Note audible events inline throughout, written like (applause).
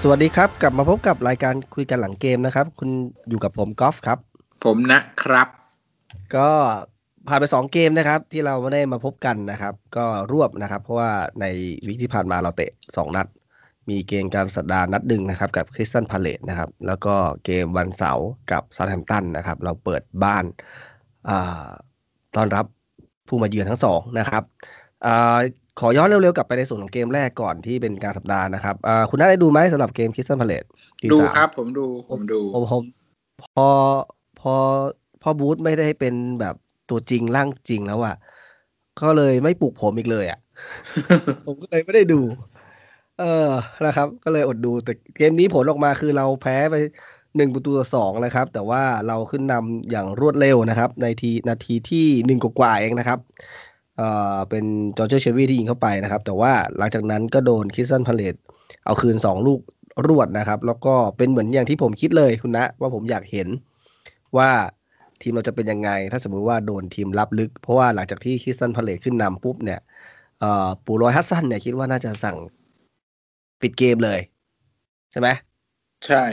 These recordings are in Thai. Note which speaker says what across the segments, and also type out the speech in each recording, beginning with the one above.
Speaker 1: สวัสดีครับกลับมาพบกับรายการคุยกันหลังเกมนะครับ คุณอยู่กับผมกอล์ฟครับ
Speaker 2: ผมนะครับ
Speaker 1: ก็ผ่านไปสองเกมนะครับ ที่เราไม่ได้มาพบกันนะครับ ก็รวบนะครับ เพราะว่าในวิกที่ผ่านมาเราเตะสองนัด มีเกมกลารสัปดาห์นัดหนึ่งนะครับ กับคริสตันพาเลตนะครับ แล้วก็เกมวันเสาร์กับซาแฮมป์ตันนะครับ เราเปิดบ้านอ่าต้อนรับผู้มาเยือนทั้งสองนะครับอาขอย้อนเร็วๆกลับไปในส่วนของเกมแรกก่อนที่เป็นกลารสัปดาห์นะครับอ่าคุณน่าได้ดูไหมสำหรับเกมคริสตันพาเลต
Speaker 2: ดูครับผมดูผมดู
Speaker 1: ผมผมพอพอพอบูธไม่ได้เป็นแบบตัวจริงร่างจริงแล้วอะ่ะ ก็เลยไม่ปลูกผมอีกเลยอะ่ะ ผมก็เลยไม่ได้ดู เออนะครับ ก็เลยอดดูแต่เกมนี้ผลออกมาคือเราแพ้ไปหนึ่งประตูต่อสองนะครับ แต่ว่าเราขึ้นนำอย่างรวดเร็วนะครับ ในทีนาทีที่หนึ่งกว่าๆเองนะครับ เอ่อเป็นจอร์เจอเชวีที่ยิงเข้าไปนะครับ แต่ว่าหลังจากนั้นก็โดนคิสซันพาเลต เอาคืนสองลูกรวดนะครับ แล้วก็เป็นเหมือนอย่างที่ผมคิดเลยคุณนะ ว่าผมอยากเห็นว่าทีมเราจะเป็นยังไง ถ้าสมมุติว่าโดนทีมรับลึก เพราะว่าหลังจากที่คริสตันพาเลตขึ้นนำปุ๊บเนี่ยเอ่อปูโรยฮัสซันเนี่ยคิดว่าน่าจะสั่งปิดเกมเลย ใช่ไหม
Speaker 2: ใช่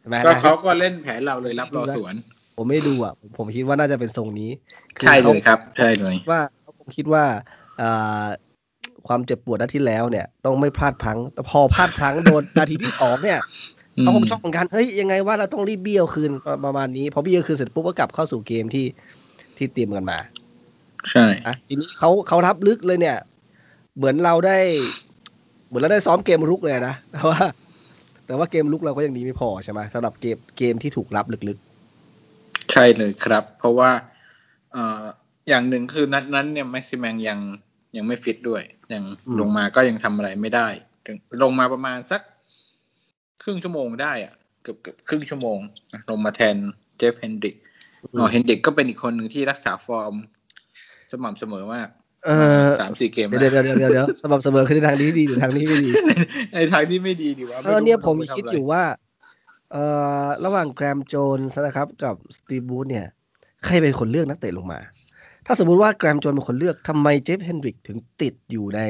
Speaker 1: ใช่ไหม
Speaker 2: ก็เขาก็เล่นแผนเราเลยรับรอสวน
Speaker 1: ผมไม่ดูอ่ะผมผมคิดว่าน่าจะเป็นทรงนี้อ
Speaker 2: ใช่เล
Speaker 1: ขา
Speaker 2: ยครับ ใช่เลย
Speaker 1: ว่าเขาคงคิดว่าอ่าความเจ็บปวดนัดที่แล้วเนี่ย ต้องไม่พลาดพลังแต่พอพลาดพลังโดน นาทีที่สองเนี่ย
Speaker 2: อืม
Speaker 1: เขาคงช็อกเหมือนกันเฮ้ยยังไงว่าเราต้องรีบเบี้ยวคืนประประมาณนี้พอเบี้ยวคืนเสร็จปุ๊บก็กลับเข้าสู่เกมที่ที่เตรียมกันมา
Speaker 2: ใช่
Speaker 1: อ่ะทีนี้เขาเขารับลึกเลยเนี่ย เหมือนเราได้ เหมือนเราได้ซ้อมเกมรุกเลยนะ (laughs) แต่ว่า แต่ว่าเกมรุกเราก็ยังดีไม่พอใช่ไหมสำหรับเกมเกมที่ถูกรับลึก
Speaker 2: ใช่เลยครับ เพราะว่าเอ่ออย่างหนึ่งคือนัดนั้นเนี่ยแม็กซิแมงยังยังไม่ฟิตด้วย ยังลงมาก็ยังทำอะไรไม่ได้ถึงลงมาประมาณสัก ครึ่งชั่วโมงได้อะเกือบเกือบครึ่งชั่วโมงนะลงมาแทนเจฟเฮนดริกอ๋อเฮนดริกก็เป็นอีกคนหนึ่งที่รักษาฟอร์ม สม่ำเสมอมาก
Speaker 1: ๆเออ
Speaker 2: สามสี่เกม
Speaker 1: เดี๋ยว
Speaker 2: แล้ว
Speaker 1: เดี๋ยวเดี๋ยวเดี๋ยวเดี๋ยวสม่ำเสมอคือในทางนี้ดีหรือทางนี้ไม่ดี
Speaker 2: ในทางที่ไม่ดีดีวะ
Speaker 1: เอ
Speaker 2: ไรู้
Speaker 1: อเนี่ยผม
Speaker 2: นทำะไร
Speaker 1: คิดอยู่ว่า เออระหว่างแกรมโจนส์นะครับกับสตีบูธเนี่ย ใครเป็นคนเลือกนักเตะลงมา ถ้าสมมุติว่าแกรมโจนเป็นคนเลือกทำไมเจฟเฮนดริกถึงติดอยู่ใน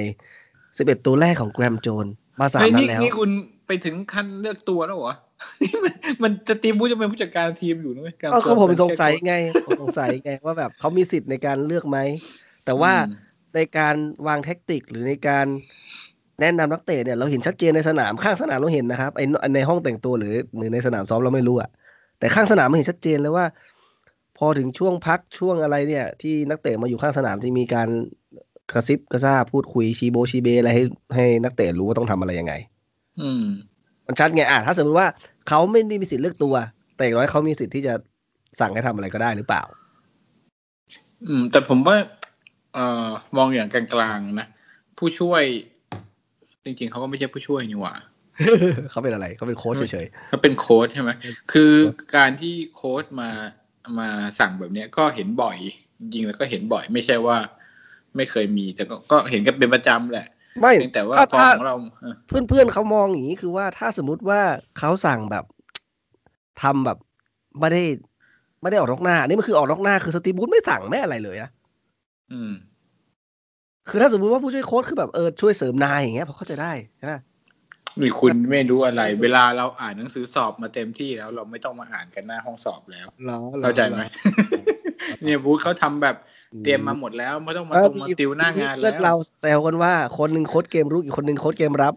Speaker 1: 11 ตัวแรกของแกรมโจนมาสาม
Speaker 2: เฮ้ย
Speaker 1: นัด
Speaker 2: นี่
Speaker 1: แล้ว
Speaker 2: นี่คุณไปถึงขั้นเลือกตัวแล้วเหรอ นี่มันมันจะทีมบูธจะเป็นผู้จัดการทีมอยู่นะเว้ยการ
Speaker 1: ก็ผมสงสัย
Speaker 2: เป็นแค่
Speaker 1: ไงผ
Speaker 2: โค้ช
Speaker 1: มสงสัยไงว่าแบบเขามีสิทธิ์ในการเลือกไหม แต่ว่า
Speaker 2: อืม
Speaker 1: ในการวางแท็กติกหรือในการแนะนำนักเตะเนี่ย เราเห็นชัดเจนในสนามข้างสนามเราเห็นนะครับไอ้นในห้องแต่งตัวหรือหรือในสนามซ้อมเราไม่รู้อะแต่ข้างสนามมันเห็นชัดเจนเลยว่า พอถึงช่วงพักช่วงอะไรเนี่ย ที่นักเตะมาอยู่ข้างสนามจะมีการกระซิบกระซาบพูดคุยชีโบชีเบอะไรให้ให้นักเตะรู้ว่าต้องทำอะไรยังไง
Speaker 2: อืม
Speaker 1: มันชัดไงอ่ะถ้าสมมติว่าเขาไม่ได้มีสิทธิ์เลือกตัว แต่อย่างน้อยเขามีสิทธิ์ที่จะสั่งให้ทำอะไรก็ได้หรือเปล่า (laughs)
Speaker 2: อืม แต่ผมว่าเอ่อมองอย่างกลางๆนะ ผู้ช่วย จริงๆเขาก็ไม่ใช่ผู้ช่วยนี่หว่า
Speaker 1: เขาเป็นอะไรเขาเป็นโค้ชเฉย
Speaker 2: เขาเป็นโค้ชใช่ไหมคือการที่โค้ชมามาสั่งแบบเนี้ย ก็เห็นบ่อย จริงๆแล้วก็เห็นบ่อย ไม่ใช่ว่า ไม่เคยมี แต่ก็ก็เห็นกันเป็นประจำแหละ
Speaker 1: ๆ ไม่
Speaker 2: เพียงแต่ว่า
Speaker 1: ถ้
Speaker 2: ฟอร์ม
Speaker 1: ถ้า
Speaker 2: ของเราเออ
Speaker 1: เพื่อนเพื่อนๆเขามองอย่างนี้คือว่าถ้าสมมติว่าเขาสั่งแบบทำแบบไม่ได้ไม่ได้ออกนอกหน้าอันนี่มันคือออกนอกหน้าคือสตีบูธไม่สั่งไม่อะไรเลยนะ
Speaker 2: อืม
Speaker 1: คือถ้าสมมติว่าผู้ช่วยโค้ชคือแบบเออช่วยเสริมนายอย่างเงี้ยพอเข้าใจได้ใช่ไหม
Speaker 2: นี่คุณไม่รู้อะไร เวลาเราอ่านหนังสือสอบมาเต็มที่แล้ว เราไม่ต้องมาอ่านกันหน้าห้องสอบแล้ว
Speaker 1: หรอรอ
Speaker 2: เข้าใจ (laughs) ไหม
Speaker 1: รอ
Speaker 2: เนี่ยบูธเขาทำแบบเตรียมมาหมดแล้ว ไม่ต้องมา
Speaker 1: เออ
Speaker 2: ตรงมาติวหน้างาน
Speaker 1: เพื่
Speaker 2: แล้
Speaker 1: อนเรา
Speaker 2: ว
Speaker 1: แซวกันว่าคนหนึ่งโค้ดเกมรุกอีกคนหนึ่งโค้ดเกมรับ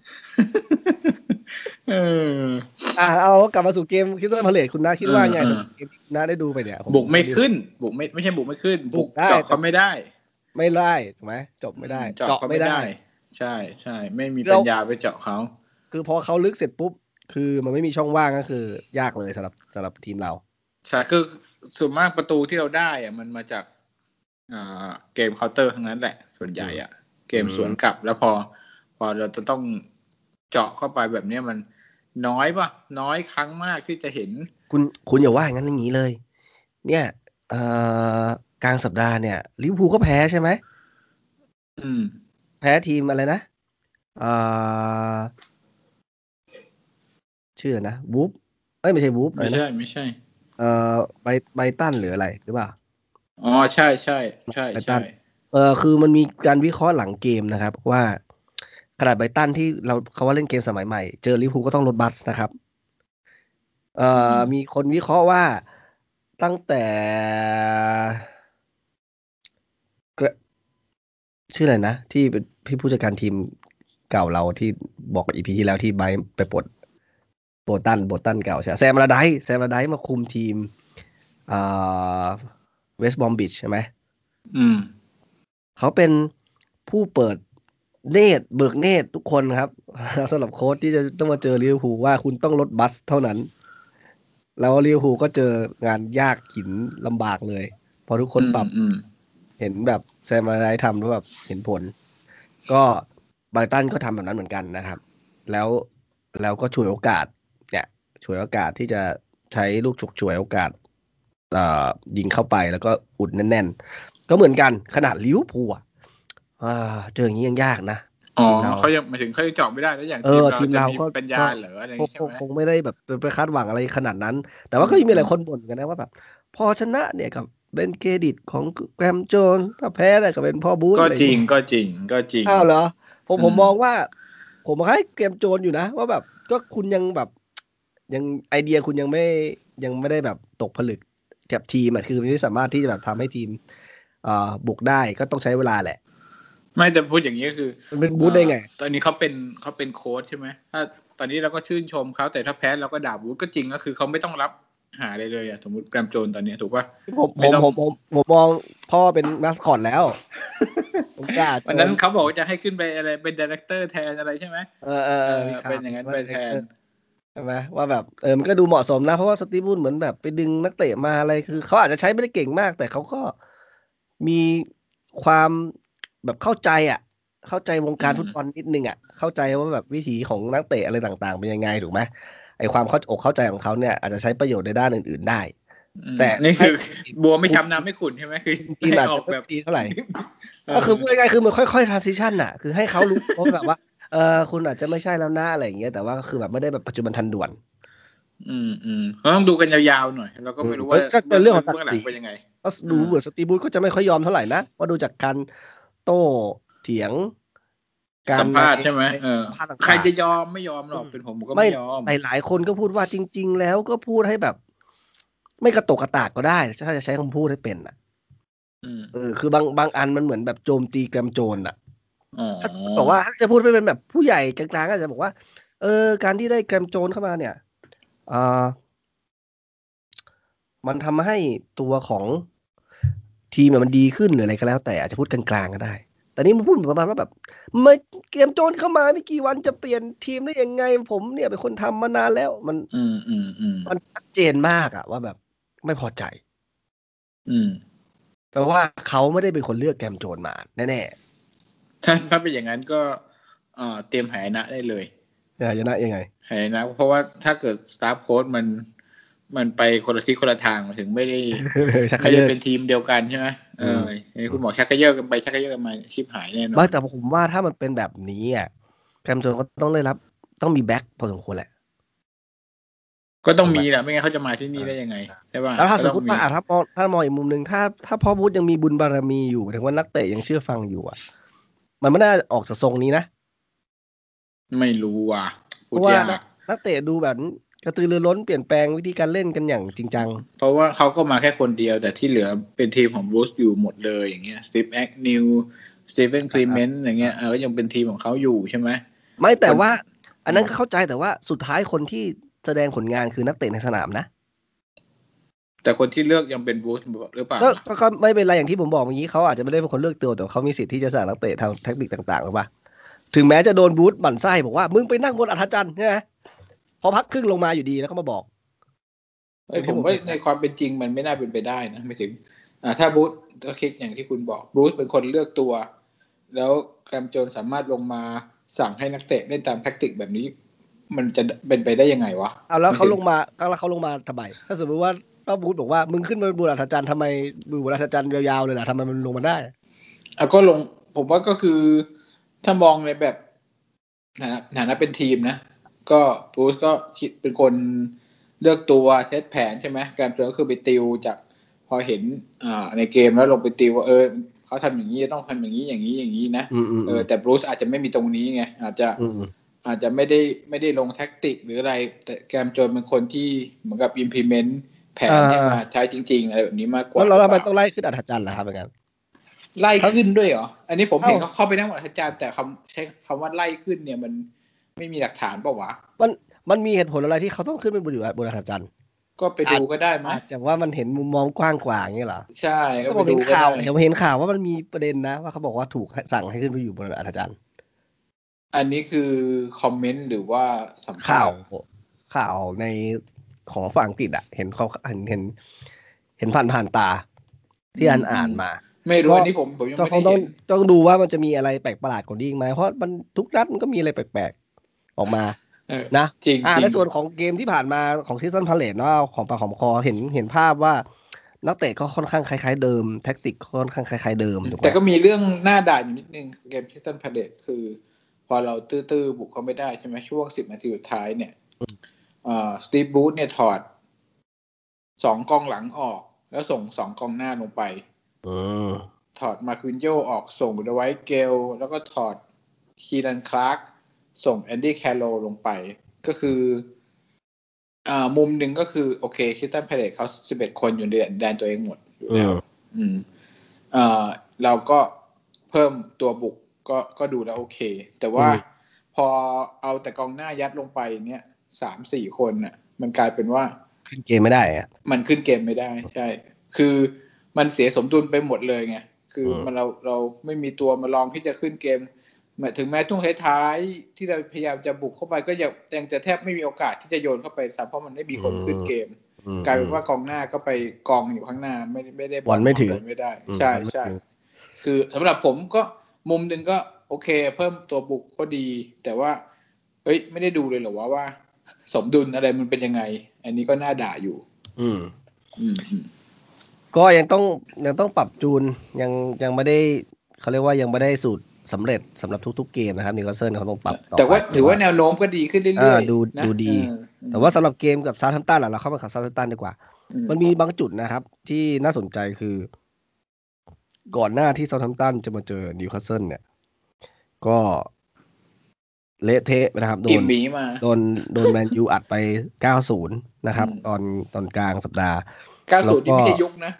Speaker 2: เออ
Speaker 1: อ่ะเอากลับมาสู่เกมคิดว่าพาเลตคุณน้าคิดว่าไง
Speaker 2: อื
Speaker 1: สำ
Speaker 2: ม
Speaker 1: หรับเกมที่คุณน้าได้ดูไปเนี่ยผ
Speaker 2: บุกไม่ขึ้น บุกไม่ไม่ใช่บุกไม่ขึ้น บุก
Speaker 1: บุกได้
Speaker 2: เจาะเขาไม่ได้
Speaker 1: ไม่ได้ถูกไหมจบไม่ได้
Speaker 2: เจาะเขาไม่ได้ ใช่ใช่ไม่มีปัญญาไปเจาะเขา
Speaker 1: คือพอเขาลึกเสร็จปุ๊บ คือมันไม่มีช่องว่างก็คือ ยากเลยสำหรับสำหรับทีมเรา
Speaker 2: ใช่คือส่วนมากประตูที่เราได้อะมันมาจากอ่าเกมเคาน์เตอร์ทั้งนั้นแหละ ส่วนใหญ่อะเกม
Speaker 1: อืม
Speaker 2: สวนกลับแล้วพอ พอเราจะต้องเจาะเข้าไปแบบเนี้ยมันน้อยปะน้อยครั้งมากที่จะเห็น
Speaker 1: คุณคุณอย่าว่าอย่างนั้นอย่างนี้เลย เนี่ยเอ่อกลางสัปดาห์เนี่ยลิเวอร์พูลก็แพ้ใช่ไหม
Speaker 2: อืม
Speaker 1: แพ้ทีมอะไรนะเอ่อชื่ออะไรนะวูฟเอ้ยไม่ใช่วูฟอะไร
Speaker 2: ไม่
Speaker 1: นะ
Speaker 2: ใช่ไม่ใช่
Speaker 1: เอ่อไบไบตันหรืออะไรหรือเปล่า
Speaker 2: อ๋อใช่ใช่ใช่
Speaker 1: ไปตั้ง
Speaker 2: ใช่
Speaker 1: เออคือมันมีการวิเคราะห์หลังเกมนะครับว่า ขนาดไบรตันที่เราเขาว่าเล่นเกมสมัยใหม่ เจอลิเวอร์พูลก็ต้องลดบัสนะครับ เอ่อมีคนวิเคราะห์ว่าตั้งแต่เกรชื่ออะไรนะ ที่เป็นพี่ผู้จัดการทีมเก่าเราที่บอกอีพีที่แล้วที่ไบรท์ไปปลดโบตันโบตันเก่าใช่ไหมแซมระไดซ์แซมระไดซ์มาคุมทีมอ่าเวสต์บอมบิชใช่ไหม
Speaker 2: อืม
Speaker 1: เขาเป็นผู้เปิดเนตรเบิกเนตรทุกคนครับ (laughs) สำหรับโค้ชที่จะต้องมาเจอลิเวอร์พูลว่าคุณต้องลดบัสเท่านั้น แล้วลิเวอร์พูลก็เจองานยากหินลำบากเลย พอทุกคนปรับ
Speaker 2: อืม
Speaker 1: เห็นแบบแซมอะไรทำแล้วแบบเห็นผล ก็ไบรตันก็ทำแบบนั้นเหมือนกันนะครับ แล้วแล้วก็ฉวยโอกาสเนี่ยฉวยโอกาสที่จะใช้ลูกฉกฉวยโอกาสเอ่อยิงเข้าไปแล้วก็อุดแน่นๆ ก็เหมือนกันขนาดลิเวอร์พูลอะอ่าเจออย่างนี้ยังยากนะ
Speaker 2: อ๋อ
Speaker 1: ทีมเรา
Speaker 2: เขายังหมายถึงเขายังเจาะไม่ได้แล้วอย่าง
Speaker 1: เอ
Speaker 2: ที
Speaker 1: อ
Speaker 2: มเรา
Speaker 1: ทีมเรา
Speaker 2: จะมี
Speaker 1: ก็
Speaker 2: ปัญญาเหรออะไรอย่าง
Speaker 1: คง
Speaker 2: งี้ใช่ไหม
Speaker 1: คงไม่ได้แบบไปคาดหวังอะไรขนาดนั้น แต่ว่าก็ยังมี
Speaker 2: อืม
Speaker 1: หลายคนบ่นกันนะว่าแบบ พอชนะเนี่ยกับเป็นเครดิตของแกรมโจนส์ถ้าแพ้เนี่ยก็เป็นพ่อบูธ
Speaker 2: ก็
Speaker 1: อะไอย่า
Speaker 2: จริ
Speaker 1: เย
Speaker 2: งก็จริงก็จริง
Speaker 1: อ้าวเหรอผม
Speaker 2: อืม
Speaker 1: ผมมองว่า ผมให้เกมโจรอยู่นะ ว่าแบบก็คุณยังแบบ ยังไอเดียคุณยังไม่ยังไม่ได้แบบตกผลึกกับทีมอะคือไม่สามารถที่จะแบบทำให้ทีมเอ่อบุกได้ก็ต้องใช้เวลาแหละ
Speaker 2: ไม่จะพูดอย่างนี้ก็คือ
Speaker 1: มันเป็นบูธได้ไง
Speaker 2: เอ่อตอนนี้เขาเป็นเขาเป็นโค้ชใช่ไหมถ้าตอนนี้เราก็ชื่นชมเขาแต่ถ้าแพ้เราก็ด่าบูธก็จริงก็คือเขาไม่ต้องรับหาอะไรเลยอะสมมติแกรมโจนตอนเนี้ยถูกป่ะ
Speaker 1: ผมผ
Speaker 2: ไม่
Speaker 1: ม
Speaker 2: ต้อง
Speaker 1: ผมผมผมมองพ่อเป็นมาสคอตแล้ว
Speaker 2: (laughs)
Speaker 1: ผมกล้า
Speaker 2: วันนั้นเขาบอกว่าจะให้ขึ้นไปอะไรเป็นดีเรคเตอร์แทนอะไรใช่ไหม
Speaker 1: เออเออเออมีข่ว
Speaker 2: เป็นอย่างนั้นไปแทน
Speaker 1: ใช่ไหมว่าแบบเออมันก็ดูเหมาะสมนะ เพราะว่าสตีฟวูดเหมือนแบบไปดึงนักเตะมาอะไรคือเขาอาจจะใช้ไม่ได้เก่งมาก แต่เขาก็มีความแบบเข้าใจอ่ะ เข้าใจวงการ
Speaker 2: อืม
Speaker 1: ฟุตบอลนิดนึงอ่ะเข้าใจว่าแบบวิถีของนักเตะอะไรต่าง ๆ เป็นยังไงถูกไหมไอความเข้าอกเข้าใจของเขาเนี่ยอาจจะใช้ประโยชน์ในด้านอื่น ๆ ได้
Speaker 2: อืม
Speaker 1: แต่
Speaker 2: นี่คือบัวไม่ช้ำน้ำไม่ขุ่นใช่ไหมคือ
Speaker 1: ทีม
Speaker 2: ให้
Speaker 1: อาจ
Speaker 2: ออ
Speaker 1: จะ
Speaker 2: ก
Speaker 1: ไม่
Speaker 2: แบบ
Speaker 1: ดีเท่าไหร่ ก็คือพูดง่ายๆคือมันค่อยๆ transition น่ะ คือให้เขารู้ เพราะแบบว่า เออคุณอาจจะไม่ใช่แล้วนะอะไรอย่างเงี้ย แต่ว่าก็คือแบบไม่ได้แบบปัจจุบันทันด่วน
Speaker 2: อืมอืมเขาต้องดูกันยาวๆหน่อยเราก็ไม่รู้ว่า
Speaker 1: ก็เป็นเรื่องของ
Speaker 2: บื้หลั
Speaker 1: ตัดสิน
Speaker 2: เป็นยังไง
Speaker 1: ก็ดู
Speaker 2: อืม
Speaker 1: เหมือนสตีบูธก็จะไม่ค่อยยอมเท่าไหร่นะว่าดูจากการโต้เถียง การ
Speaker 2: สัมภาษณ์ใช่ไหมเออ
Speaker 1: สัมภาษณ์ต่างๆ
Speaker 2: ใครจะยอมไม่ยอมหรอกเป็นผมผมก็
Speaker 1: ไม่
Speaker 2: ไม่ยอม
Speaker 1: หลายๆคนก็พูดว่าจริง ๆ แล้วก็พูดให้แบบ ไม่กระตกกระตากก็ได้ถ้าจะใช้คำพูดให้เป็นอ่ะ
Speaker 2: อืม
Speaker 1: เออคือบางบางอันมันเหมือนแบบโจมตีแกรมโจรอ่ะ
Speaker 2: อ๋อ
Speaker 1: ถ้าบอกว่าถ้าจะพูดไม่เป็นแบบผู้ใหญ่กลางๆก็อาจจะบอกว่า เออ การที่ได้แกรมโจนเข้ามาเนี่ยอ่ามันทำให้ตัวของทีมอะมันดีขึ้นหรืออะไรก็แล้ว แต่อาจจะพูดกลางๆก็ได้ แต่นี่มันพูดประมาณว่าแบบไม่เกมโจนเข้ามาไม่กี่วันจะเปลี่ยนทีมได้ยังไง ผมเนี่ยเป็นคนทำมานานแล้ว มัน
Speaker 2: อืมอืมอืม
Speaker 1: มันชัดเจนมากอะว่าแบบไม่พอใจ
Speaker 2: อืม
Speaker 1: แปลว่าเขาไม่ได้เป็นคนเลือกแกรมโจนมาแน่
Speaker 2: ถ้าถ้าเป็นอย่างนั้นก็เอ่อเตรียมหายนะได้เลย
Speaker 1: ๆเนี่ยชนะยังไง (laughs)
Speaker 2: หายนะ เพราะว่าถ้าเกิดสตาฟโค้ดมัน มันไปคนละทิศคนละทางหมายถึงไม่ได้
Speaker 1: ชักเข
Speaker 2: ไม่ได้
Speaker 1: ยิบ
Speaker 2: เป็นทีมเดียวกันใช่ไหมเออไอ้คุณหมอชักกระเยอะกันไปชักกระเยอะกันมาชิบหายแน่นอ
Speaker 1: ไม่
Speaker 2: น
Speaker 1: แต่ผมว่าถ้ามันเป็นแบบนี้อ่ะแกรมโจนก็ต้องได้รับต้องมีแบ็คพอสมควรแหละ
Speaker 2: ก็ต้องมีแหละไม่งั้นเขาจะมาที่นี่ได้ยังไงใช่ป่ะ
Speaker 1: แล้วถ้าสมม
Speaker 2: ก็
Speaker 1: ติ
Speaker 2: อง
Speaker 1: ว่าอ่ะถ้ามองถ้ามองอีกมุมหนึ่งถ้าถ้าพ่อบูธยังมีบุญบารมีอยู่หมายถึงว่านักเตะยังเชื่อฟังอยู่อ่ะ มันไม่น่าออกจากทรงนี้นะ
Speaker 2: ไม่รู้ว่ะ
Speaker 1: เพ
Speaker 2: พูด
Speaker 1: ราะว่า
Speaker 2: ยาก
Speaker 1: นักเตะดูแบบกระตือรือร้นเปลี่ยนแปลงวิธีการเล่นกันอย่างจริงจัง
Speaker 2: เพราะว่าเขาก็มาแค่คนเดียว แต่ที่เหลือเป็นทีมของบรูซอยู่หมดเลยอย่างเงี้ยสตีฟแอคนิวสตีเฟนคลีเมนต์อย่างเงี้ยเออก็ยังเป็นทีมของเขาอยู่ใช่ไหม
Speaker 1: ไม่แต่
Speaker 2: คน
Speaker 1: ว่า อันนั้นก็เข้าใจแต่ว่าสุดท้ายคนที่แสดงผลงานคือนักเตะในสนามนะ
Speaker 2: แต่คนที่เลือกยังเป็นบูธหรือเปล่า
Speaker 1: ก็ก็ก็ไม่เป็นไรอย่างที่ผมบอกเมื่อกี้เขาอาจจะไม่ได้เป็นคนเลือกตัวแต่เขามีสิทธิ์ที่จะสั่งนักเตะทางแทคนิคต่างๆหรือเปล่าถึงแม้จะโดนบูธบั่นไส้บอกว่า มึงไปนั่งบนอัธจันทร์ใช่ไหมพอพักครึ่งลงมาอยู่ดีแล้วก็มาบอก
Speaker 2: เอ้ยผมว่าในความเป็นจริงมันไม่น่าเป็นไปได้นะไม่ถึง อ่าถ้าบูธก็คิดอย่างที่คุณบอกบูธเป็นคนเลือกตัว แล้วแกรมโจนสามารถลงมาสั่งให้นักเตะเล่นตามแท็กติกแบบนี้ มันจะเป็นไปได้ยังไงวะ
Speaker 1: เอาแล้วเขาลงมาแล้วเขาลงมาทำไมถ้าสมมติว่าถ้าบูธบอกว่ามึงขึ้นมาบนอัธจันทร์ทำไมอยู่บนอัธจันทร์ยาวๆเลยล่ะทำไมมันลงมาได้
Speaker 2: อ่ะก็ลง ผมว่าก็คือ ถ้ามองในแบบฐานะฐานะเป็นทีมนะ ก็บูธก็คิดเป็นคนเลือกตัวเซตแผนใช่ไหมแกรมโจนก็คือไปติวจาก พอเห็นอ่าในเกมแล้วลงไปติวว่าเออ เขาทำอย่างนี้ต้องทำอย่างนี้อย่างนี้อย่างนี้นะ
Speaker 1: อืมอืม
Speaker 2: เอ
Speaker 1: อื
Speaker 2: อ
Speaker 1: ม
Speaker 2: แต่บรูซอาจจะไม่มีตรงนี้ไงอาจจะ
Speaker 1: อืม
Speaker 2: อาจจะไม่ได้ไม่ได้ลงแท็กติกหรืออะไร แต่แกมโจนเป็นคนที่เหมือนกับ implement แผนเนี่ยมาใช้จริง ๆ อะไรแบบนี้มากกว่า
Speaker 1: แล้วเราทำไม
Speaker 2: ห
Speaker 1: ต้
Speaker 2: รือ อง เปล่า
Speaker 1: ไล่ขึ้นอัฐจันทร์ล่ะครับอย่างนั้น
Speaker 2: ไล่ขึ้นด้วยเหรอ อันนี้ผมเห็น
Speaker 1: เอ้า
Speaker 2: เขาเข้าไปนั่งบนอัฐจารย์แต่คำใช้คำว่าไล่ขึ้นเนี่ยมันไม่มีหลักฐานเปล่าวะ
Speaker 1: มันมันมีเหตุผลอะไรที่เขาต้องขึ้นไปบนอยู่บนอัฐจันทร์
Speaker 2: ก็ไปดูก็ได้มั้
Speaker 1: อาย จจะว่ามันเห็นมุมมองกว้างกว่าอย่างนี้เหรอ
Speaker 2: ใช่ก็
Speaker 1: แต่ผ
Speaker 2: ไป
Speaker 1: ม
Speaker 2: ดู
Speaker 1: เห็น
Speaker 2: ก็
Speaker 1: ข่า
Speaker 2: ได้
Speaker 1: วแต่ผมเห็นข่าวว่ามันมีประเด็นนะ ว่าเขาบอกว่าถูกสั่งให้ขึ้นไปอยู่บนอัฐจันทร์
Speaker 2: อันนี้คือคอมเมนต์หรือว่าสัมภา
Speaker 1: ข่าว
Speaker 2: ษณ์
Speaker 1: ข่าวในของฝั่งอังกฤษอะเห็นเขาเห็นเห็น เห็นผ่านผ่านๆตา ที่อันอ่านมา
Speaker 2: ไม่รู้
Speaker 1: ก็
Speaker 2: อันนี้ผมผมยัง
Speaker 1: ก็
Speaker 2: ไม่
Speaker 1: คง
Speaker 2: ได้
Speaker 1: ต้อง
Speaker 2: เห็น
Speaker 1: ต้องดูว่ามันจะมีอะไรแปลกประหลาดกว่านี้อีกไหมเพราะมันทุกนัดมันก็มีอะไรแปลกๆออกมา
Speaker 2: เออ
Speaker 1: นะ
Speaker 2: จริง
Speaker 1: อ่า
Speaker 2: จริง
Speaker 1: ในส่วนของเกมที่ผ่านมาของทิสันพาเลตเนาะเอาของปากของคอเห็นเห็นภาพว่า นักเตะก็ค่อนข้างคล้ายๆเดิมแท็กติกก็ค่อนข้างคล้ายๆเดิมถูไหม
Speaker 2: แต่ก็มีเรื่องหน้าด่านอยู่นิดนึงเกมพิสตันพาเลตคือ พอเราตื้อๆบุกเขาไม่ได้ใช่ไหมช่วงสิบนาทีสุดท้ายเนี่ยสตีฟบูธเนี่ยถอดสองกองหลังออก แล้วส่งสองกองหน้าลงไป
Speaker 1: อืม
Speaker 2: ถอดมาควินโยออกส่งเดวายเกล แล้วก็ถอดคีรันคลาร์กส่งแอนดี้แคโรลงไป ก็คืออ่ามุมหนึ่งก็คือ โอเคคิสตันพาเลตเขาสิบเอ็ดคนอยู่ในแดนตัวเองหมดอยู่
Speaker 1: เอ
Speaker 2: แล้ว
Speaker 1: อ
Speaker 2: อืมเอ่อเราก็เพิ่มตัวบุกก็ก็ดูแล้วโอเค แต่ว่าพอเอาแต่กองหน้ายัดลงไปเนี่ยสามสี่คนน่ะ มันกลายเป็นว่า
Speaker 1: ขึ้นเกมไม่ได้อะ
Speaker 2: มันขึ้นเกมไม่ได้ใช่ คือมันเสียสมดุลไปหมดเลยไงคือ
Speaker 1: ม
Speaker 2: มันเราเราไม่มีตัวมาลองที่จะขึ้นเกมแม้ถึงแม้ช่วงท้ายๆที่เราพยายามจะบุกเข้าไปก็ยังยังจะแทบไม่มีโอกาสที่จะโยนเข้าไปซ้ำเพราะมันไม่มีคนขึ้นเกม
Speaker 1: อืม
Speaker 2: กลายเป็นว่ากองหน้าก็ไปกองอยู่ข้างหน้าไม่ได้ไม่ได้
Speaker 1: บอลไม่ถึง
Speaker 2: ทำะรไม่ได้
Speaker 1: อืม
Speaker 2: ใช่
Speaker 1: บอลไม่
Speaker 2: ใช่
Speaker 1: ถึง
Speaker 2: คือสำหรับผมก็มุมหนึ่งก็โอเค เพิ่มตัวบุกก็ดี แต่ว่า เฮ้ย ไม่ได้ดูเลยเหรอว่าว่า สมดุลอะไรมันเป็นยังไง อันนี้ก็น่าด่าอยู่
Speaker 1: อืม
Speaker 2: อืมอืม
Speaker 1: ก็ยังต้องยังต้องปรับจูนยังยังไม่ได้เขาเรียกว่ายังไม่ได้สูตรสำเร็จสำหรับทุกๆเกมนะครับนิวคาสเซิลเขาต้องปรับอไป
Speaker 2: แต่ว่าถือว่าแนวโน้มก็ดีขึ้นเรื่อย
Speaker 1: อ่า
Speaker 2: ๆ
Speaker 1: ดู
Speaker 2: นะ
Speaker 1: ดูดี
Speaker 2: เออ
Speaker 1: แต่ว่าสำหรับเกมกับซา t ทัมตันล่ะเราเข้ามาขับซา t ทัมตันดีกว่า
Speaker 2: อื
Speaker 1: มันมีบางจุดนะครับ ที่น่าสนใจคือ ก่อนหน้าที่ซา t ทัมตันจะมาเจอนิวคาสเซิลเนี่ย ก็เละเทะนะครับ โด
Speaker 2: กิม
Speaker 1: น
Speaker 2: หมีมา
Speaker 1: โดนโดนแมนยูอัดไป 90 นะครับ
Speaker 2: อืม
Speaker 1: ตอนตอนกลางสัปดาห์
Speaker 2: ก้าสูตร
Speaker 1: แล้
Speaker 2: นี่
Speaker 1: วก็
Speaker 2: ไม่ใช่ยุคนะ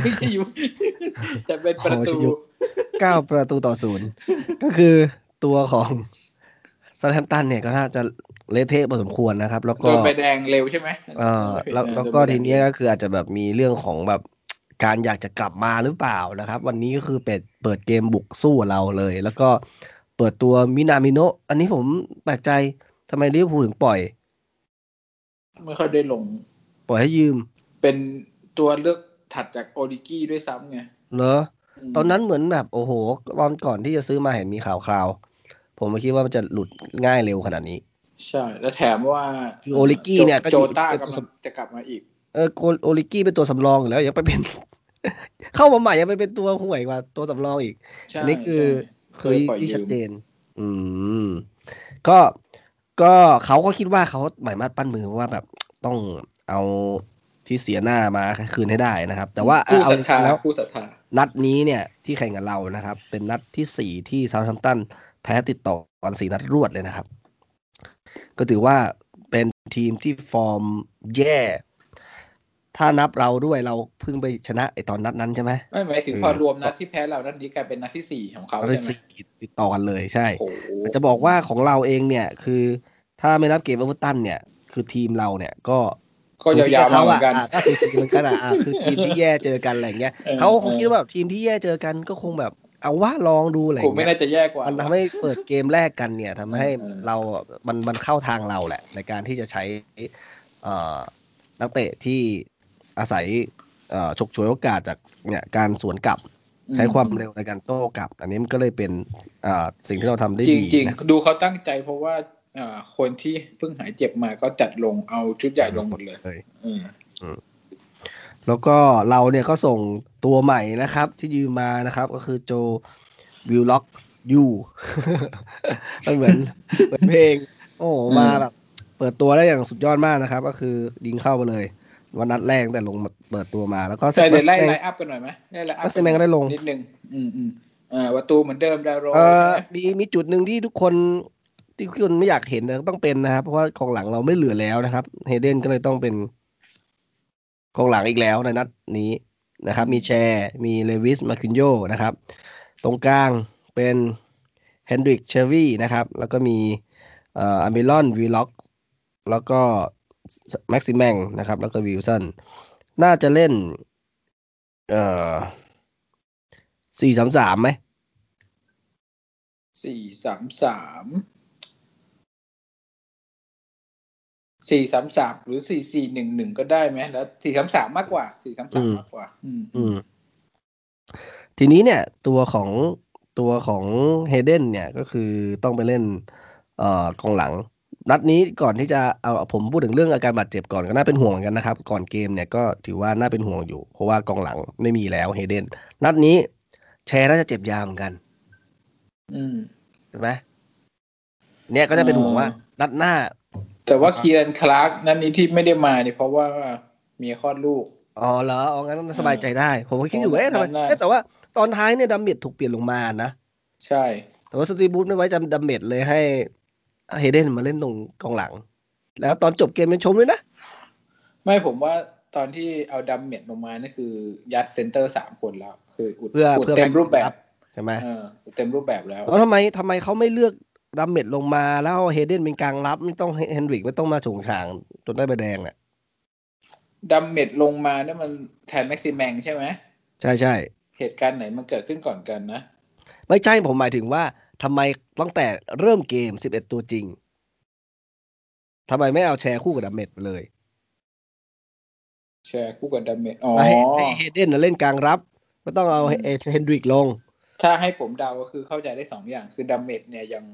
Speaker 2: ไม่ใช่ยุคแต่เป็นประตู
Speaker 1: 9 ประตูต่อศูนย์ก็คือตัวของซา t ทัมตันเนี่ยก็น่าจะเละเทะพอสมควรนะครับ แล้ว
Speaker 2: โด
Speaker 1: ก็
Speaker 2: นใบแดงเร็วใช่ไหม
Speaker 1: เออแล้วแล้วก็ทีเนี้ยก็คืออาจจะแบบมีเรื่องของแบบ การอยากจะกลับมาหรือเปล่านะครับ วันนี้ก็คือเปิดเปิดเกมบุกสู้เราเลย แล้วก็เปิดตัวมินามิโนะอันนี้ผมแปลกใจทำไมลิเวอร์พูลถึงปล่อย
Speaker 2: ไม่ค่อยได้ลง
Speaker 1: ปล่อยให้ยืม
Speaker 2: เป็นตัวเลือกถัดจากโอดิกี้ด้วยซ้ำไง
Speaker 1: เหรอ
Speaker 2: ม
Speaker 1: ตอนนั้นเหมือนแบบ โอ้โห ตอนก่อนที่จะซื้อมาเห็นมีข่าวคราว ผมไม่คิดว่ามันจะหลุดง่ายเร็วขนาดนี้
Speaker 2: ใช่ แล้วแถมว่า
Speaker 1: คือโอลิกี้เนี่ยก็
Speaker 2: โจ
Speaker 1: อยู่
Speaker 2: ต้า
Speaker 1: เป็น
Speaker 2: กำ
Speaker 1: ตั
Speaker 2: ลั
Speaker 1: ว
Speaker 2: งจะกลับมาอีก
Speaker 1: เออโกโอลิกี้เป็นตัวสำรองอยู่แล้วยังไปเป็น (laughs) เข้ามาใหม่ยังไปเป็นตัวห่วยกว่าตัวสำรองอีก
Speaker 2: ใช่
Speaker 1: อันนี้คือเ
Speaker 2: ใช่
Speaker 1: ค
Speaker 2: เค
Speaker 1: ย
Speaker 2: ยปล่อยยื
Speaker 1: ที่
Speaker 2: ม
Speaker 1: ชัดเจน อืม ก็ก็เขาก็คิดว่าเขาหมายมาดปั้นมือว่าแบบต้องเอาที่เสียหน้ามาคืนให้ได้นะครับ แต่ว่า
Speaker 2: ผู้
Speaker 1: เอา
Speaker 2: ศรัทธา
Speaker 1: แล้ว
Speaker 2: ผู้ศรัทธา
Speaker 1: นัดนี้เนี่ยที่แข่งกับเรานะครับ เป็นนัดที่สี่ที่เซาท์แฮมป์ตันแพ้ติดต่อกันสี่นัดรวดเลยนะครับ ก็ถือว่าเป็นทีมที่ฟอร์มแย่ ถ้านับเราด้วยเราเพิ่งไปชนะไอตอนนัดนั้นใช่ไหม
Speaker 2: ไม่หมายถึง
Speaker 1: เออ
Speaker 2: พอรวมนัดที่แพ้เรานัดนี้กลายเป็นนัดที่สี่ของเขา
Speaker 1: เราได้
Speaker 2: ใช่ไหม
Speaker 1: สี่ติดต่อกันเลยใช่
Speaker 2: โอ้โห
Speaker 1: แต่จะบอกว่าของเราเองเนี่ยคือถ้าไม่นับเกมเอเวอร์ตันเนี่ย คือทีมเราเนี่ยก็
Speaker 2: ก็ยาวๆมาเหมือนกัน
Speaker 1: ะก็สูสีเหมือนกันอะอ่ะคือทีมที่แย่เจอกันอะไรอย่างเงี้ย
Speaker 2: เออ
Speaker 1: เขาคงคิดว่าแบบทีมที่แย่เจอกันก็คงแบบ เอาว่าลองดูอะไรอ
Speaker 2: กู
Speaker 1: ย่าง
Speaker 2: ไม่
Speaker 1: เงี้ย
Speaker 2: น่าจะแย่กว่า
Speaker 1: มันทำให้เปิดเกมแรกกันเนี่ยทำให้
Speaker 2: เออ
Speaker 1: เราอ่ะมันมันเข้าทางเราแหละ ในการที่จะใช้เอ่อนักเตะที่อาศัยเอ่อฉกฉวยโอกาสจากเนี่ยการสวนกลับ
Speaker 2: อื
Speaker 1: ใช้ความเร็วในการโต้กลับ อันนี้มันก็เลยเป็นเอ่อสิ่งที่เราทำได้
Speaker 2: จ
Speaker 1: ดี
Speaker 2: ริง
Speaker 1: นะ
Speaker 2: ๆ ดูเขาตั้งใจเพราะว่าอ่าคนที่เพิ่งหายเจ็บมาก็จัดลงเอาชุดใหญ่ลงหมดเลย
Speaker 1: เลย
Speaker 2: อืม
Speaker 1: แล้วก็เราเนี่ยก็ส่งตัวใหม่นะครับ ที่ยืมมานะครับ ก็คือโจวิลล็อกยู (laughs) มันเหมือน เหมือนเพลง โอ้โหมาแบบเปิดตัวได้อย่างสุดยอดมากนะครับ ก็คือยิงเข้าไปเลย วันนัดแรกแต่ลงมาเปิดตัวมาแล้วก็
Speaker 2: แต่เดี๋ยวไล่
Speaker 1: แซง
Speaker 2: ไลน์อัพกันหน่อยไหมไล่ไลน์อัพ
Speaker 1: แซงก็ได้ลง
Speaker 2: นิดนึงอืมอืมอ่าประตูเหมือนเดิมดาวโรย
Speaker 1: เออ
Speaker 2: นะ
Speaker 1: มีมีจุดหนึ่งที่ทุกคนที่คุณไม่อยากเห็นนะต้องเป็นนะครับ เพราะว่ากองหลังเราไม่เหลือแล้วนะครับ เฮเดนก็เลยต้องเป็นกองหลังอีกแล้วในนัดนี้นะครับ มีแชร์ มีเลวิสมาคินโยนะครับ ตรงกลางเป็นเฮนดริกเชวี่นะครับ แล้วก็มีเอ่ออามิลอนวีล็อก แล้วก็แม็กซิแมงนะครับ แล้วก็วิลสันน่าจะเล่น เอ่อสี่สามสามไหม
Speaker 2: สี่สามสามสี่สามสามหรือสี่สี่หนึ่งหนึ่งก็ได้ไหมแล้วสี่สามสามมากกว่าสี่สามสามมากกว่า อืม
Speaker 1: อืมทีนี้เนี่ย ตัวของตัวของเฮเดนเนี่ยก็คือต้องไปเล่น เอ่อกองหลัง นัดนี้ก่อนที่จะเอาผมพูดถึงเรื่องอาการบาดเจ็บก่อนก็น่าเป็นห่วงเหมือนกันนะครับ ก่อนเกมเนี่ยก็ถือว่าน่าเป็นห่วงอยู่ เพราะว่ากองหลังไม่มีแล้วเฮเดนนัดนี้แชร์น่าจะเจ็บยาวเหมือนกัน
Speaker 2: อืม
Speaker 1: ใช่ไหมเนี่ยก็จะเป็นห่วงว่า นัดหน้า
Speaker 2: แต่ว่าคีรันคลาร์กนั้นนี้ที่ไม่ได้มาเนี่ยเพราะว่าเมียคลอดลูก
Speaker 1: อ๋อเหรอเอางั้นสบายใจได้ ผมก็คิดอยู่ว่าเอ๊ะทำไม
Speaker 2: นัดหน้า
Speaker 1: เอ๊ะแต่ว่าตอนท้ายเนี่ยดาเมจถูกเปลี่ยนลงมานะ
Speaker 2: ใช่
Speaker 1: แต่ว่าสตีบูธไม่ไว้จำดัมเมดเลยให้เฮเดนมาเล่นตรงกองหลัง แล้วตอนจบเกมเป็นชมด้วยนะ
Speaker 2: ไม่ผมว่าตอนที่เอาดัมเมดลงมานี่คือยัดเซนเตอร์สามคนแล้ว คืออุด
Speaker 1: เพื่อ
Speaker 2: อุด
Speaker 1: เพื่อ
Speaker 2: เต็มรูปแบบ
Speaker 1: ใช่ไหม
Speaker 2: เอออุดเต็มรูปแบบแล้ว
Speaker 1: แล้วทำไมทำไมเขาไม่เลือกดัมเมดลงมาแล้วเอาเฮเดนเป็นกลางรับ ไม่ต้องเฮเฮนดริกไม่ต้องมาโฉงฉางจนได้ใบแดงเนี่ย
Speaker 2: ดัมเมดลงมาเนี่ยมันแทนแม็กซิแมงใช่ไหม
Speaker 1: ใช่ใช่
Speaker 2: เหตุการณ์ไหนมันเกิดขึ้นก่อนกันนะ
Speaker 1: ไม่ใช่ผมหมายถึงว่าทำไมตั้งแต่เริ่มเกม 11 ตัวจริงทำไมไม่เอาแชร์คู่กับดัมเมดไปเลย
Speaker 2: แชร์คู่กับดัมเมดอ๋อ
Speaker 1: ให้ให้เฮเดนน่ะเล่นกลางรับ ไม่ต้องเอาเฮ
Speaker 2: อืม
Speaker 1: เฮนดริกลง
Speaker 2: ถ้าให้ผมเดาก็คือเข้าใจได้สองอย่าง คือดัมเมดเนี่ยยัง